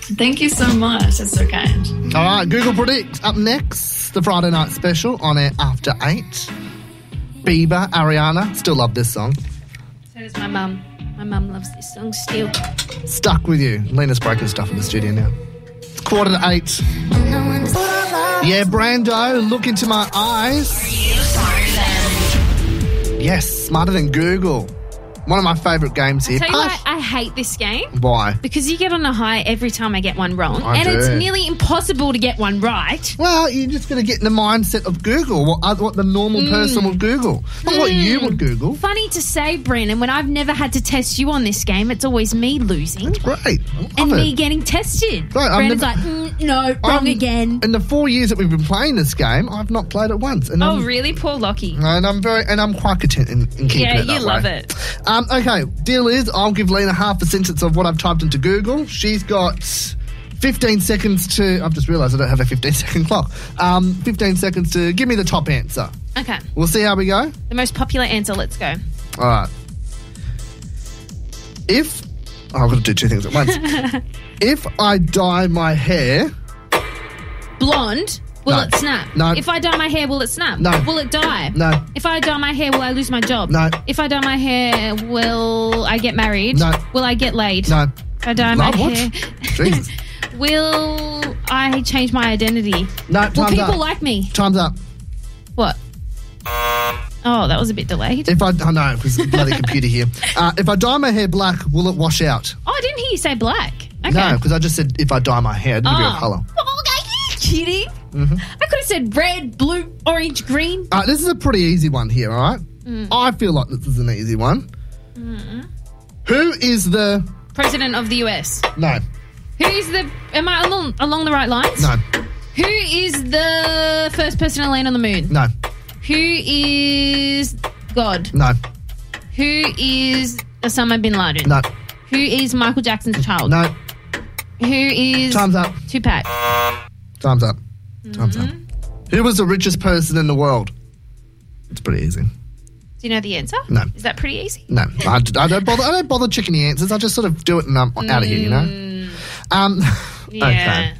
Thank you so much. That's so kind. All right, Google Predict up next. The Friday night special on air after eight. Bieber, Ariana, still love this song. So does my mum. My mum loves this song still. Stuck with you. Lena's breaking stuff in the studio now. It's quarter to eight. Yeah, Brando, look into my eyes. Yes, smarter than Google. One of my favourite games here. Tell you Push. why I hate this game. Why? Because you get on a high every time I get one wrong, I and it's do. nearly impossible to get one right. Well, you're just going to get in the mindset of Google, what, oth- what the normal Mm. person would Google. Not what you would Hmm. Google. Funny to say, Brennan, when I've never had to test you on this game, it's always me losing Great. and Love me it. getting tested. Right, I've Brennan's never- like, "Mm, no, wrong I'm- again. In the four years that we've been playing this game, I've not played it once. And Oh, I'm, really? Poor Lockie. And I'm very, and I'm quite content in, in keeping Yeah, it that you love way. it. Um, okay, deal is I'll give Lena half a sentence of what I've typed into Google. She's got 15 seconds to. I've just realised I don't have a 15 second clock. Um, 15 seconds to give me the top answer. Okay, We'll see how we go. the most popular answer. Let's go. All right. If oh, I've got to do two things at once. if I dye my hair Blonde. Will No. it snap? No. If I dye my hair, will it snap? No. Will it die? No. If I dye my hair, will I lose my job? No. If I dye my hair, will I get married? No. Will I get laid? No. If I dye my Love hair, what? Jesus. will I change my identity? No, Will time's people up. like me? Time's up. What? Oh, that was a bit delayed. If I, oh, I know, because bloody computer here. Uh, if I dye my hair black, will it wash out? Oh, I didn't hear you say black. Okay. No, because I just said if I dye my hair, I didn't give you a Oh. colour. Mm-hmm. Oh, are you kidding? I could have said red, blue, orange, green. Uh, this is a pretty easy one here, all right? Mm. I feel like this is an easy one. Who is the. President of the US. No, Who is the? Am I along, along the right lines? no, Who is the first person to land on the moon? no, Who is God? no, Who is Osama bin Laden? no, Who is Michael Jackson's child? no. Who is Time's up. Tupac? Time's up. Time's Mm. up. Who was the richest person in the world? It's pretty easy. Do you know the answer? No. Is that pretty easy? No, I, I don't bother. I don't bother checking the answers. I just sort of do it and I'm out of here. You know. Um. Mm. Yeah. Okay.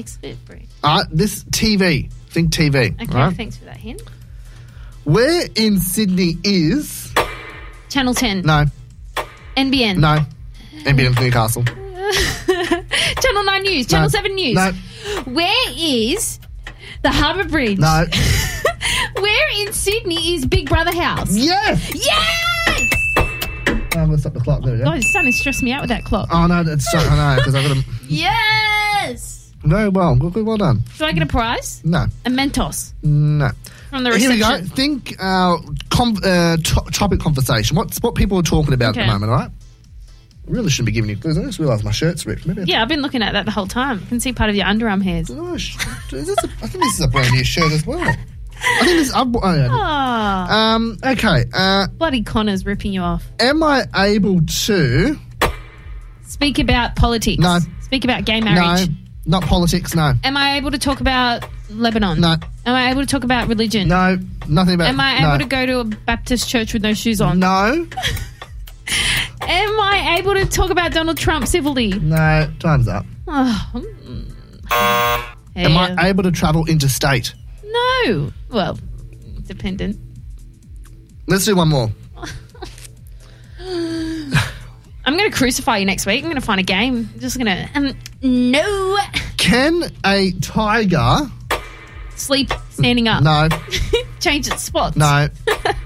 Expert brief. All right. Ah, This TV. Think TV. Okay, all right? thanks for that hint. Where in Sydney is? Channel 10. No. NBN. No. NBN Newcastle. Channel 9 News. Channel No. 7 News. No. Where is the Harbour Bridge? No. Where in Sydney is Big Brother House? yes. Yes! I'm gonna stop Um, the clock. There we go. God, it's starting to stress me out with that clock. Oh no, it's so, I know because I got a Yes! very well. Good, good, well done. Do I get a prize? No, A Mentos no. from the Here reception. we go. Think uh, com- uh, to- topic conversation. What's what people are talking about at Okay. the moment, all right? Really shouldn't be giving you clues. I just realised my shirt's ripped. Maybe I- Yeah, I've been looking at that the whole time. I can see part of your underarm hairs. Oh, sh- is this a, I think this is a brand new shirt as well. I think this. I, oh, yeah. Oh, Um. Okay. Uh, bloody Connor's ripping you off. am I able to? Speak about politics. No. Speak about gay marriage. No. Not politics. No. Am I able to talk about Lebanon? No. Am I able to talk about religion? No. Nothing about. Am I no. able to go to a Baptist church with no shoes on? No. Am I able to talk about Donald Trump civilly? No. Time's up. Oh, mm. Am Yeah. I able to travel interstate? No. Well, dependent. Let's do one more. I'm going to crucify you next week. I'm going to find a game. I'm just going to. Um, no. Can a tiger? Sleep standing up. No. Change its spots. No.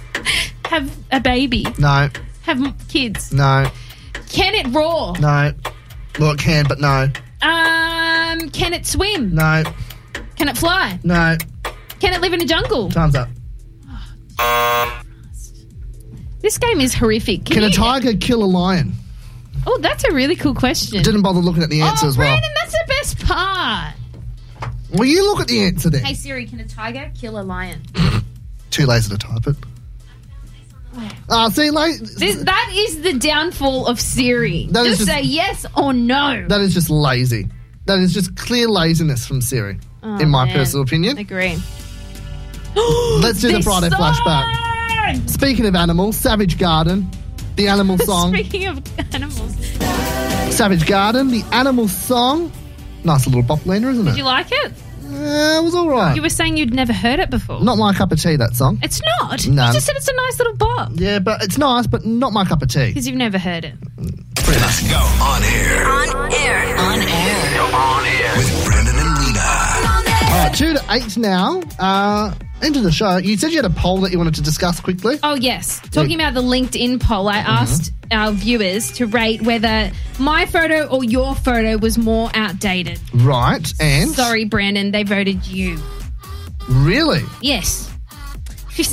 Have a baby. No. Have m- kids. No. Can it roar? No. Well, it can, but no. Um, can it swim? No. Can it fly? No. Can it live in a jungle? Time's up. This game is horrific. Can a you- tiger kill a lion? Oh, that's a really cool question. Didn't bother looking at the answer oh, as well. Brandon, that's the best part. Well, you look at the answer then. Hey Siri, can a tiger kill a lion? Too lazy to type it. Ah, see, like This, that is the downfall of Siri. That is just, just- say yes or no. that is just lazy. That is just clear laziness from Siri, Oh, in my man. personal opinion. Agree. Let's do the Friday flashback. Speaking of animals, Savage Garden, the animal song. Speaking of animals, do Savage Garden, the animal song. Nice little bop lander, isn't it? you like it? Uh, it was all right. You were saying you'd never heard it before. Not my cup of tea, that song. it's not. No. You just said it's a nice little bop Yeah, but it's nice, but not my cup of tea. because you've never heard it. Let's go on air On air. On air. with Brandon and Lena. All right, two to eight now. Uh, into the show. You said you had a poll that you wanted to discuss quickly. Oh, yes. Talking about the LinkedIn poll, I Mm-hmm. asked our viewers to rate whether my photo or your photo was more outdated. Right, and Sorry, Brandon, they voted you. really, Yes.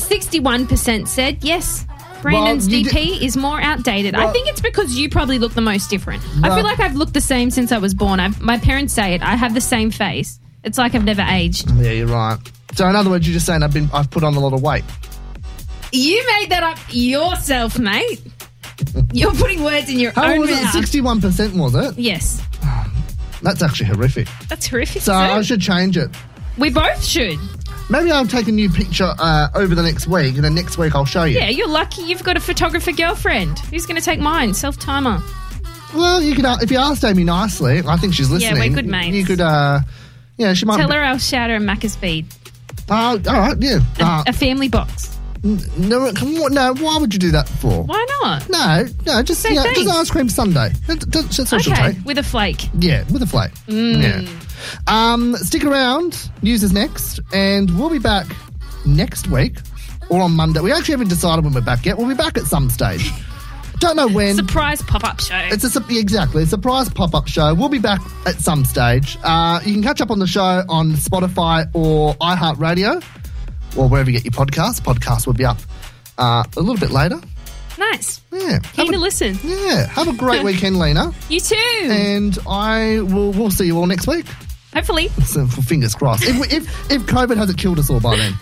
61% said yes. Brandon's you DP is more outdated. I Well- think it's because you probably look the most different. I Well- feel like I've looked the same since I was born. I've, my parents say it. I have the same face. It's like I've never aged. yeah, you're right. So in other words, you're just saying I've been I've put on a lot of weight. You made that up yourself, mate. You're putting words in your How own was it? mouth. Sixty-one percent was it? yes. That's actually horrific. That's horrific. So too. I should change it. we both should. Maybe I'll take a new picture uh, over the next week, and then next week I'll show you. Yeah, you're lucky you've got a photographer girlfriend. Who's going to take mine? Self timer. Well, you could uh, if you asked Amy nicely. I think she's listening. we're good mates. You could uh, Yeah, she might. Tell be- her I'll shout her a Macca's bead. Uh, all right, yeah. Uh, A family box. n- no, come on, no. Why would you do that for? Why not? No, no. Just Say you know, just thanks. ice cream sundae. That's, that's that's all she'll Okay, take. with a flake. Yeah, with a flake. Yeah. Um, stick around. News is next, and we'll be back next week or on Monday. We actually haven't decided when we're back yet. We'll be back at some stage. Don't know when. Surprise pop up show. It's a sup- exactly a surprise pop up show. We'll be back at some stage. Uh, you can catch up on the show on Spotify or iHeartRadio or wherever you get your podcasts. Podcasts will be up uh, a little bit later. nice. Yeah, Keen to listen. yeah. Have a great weekend, Lena, You too. and I will. We'll see you all next week. Hopefully. So, fingers crossed. If, we- if if COVID hasn't killed us all by then.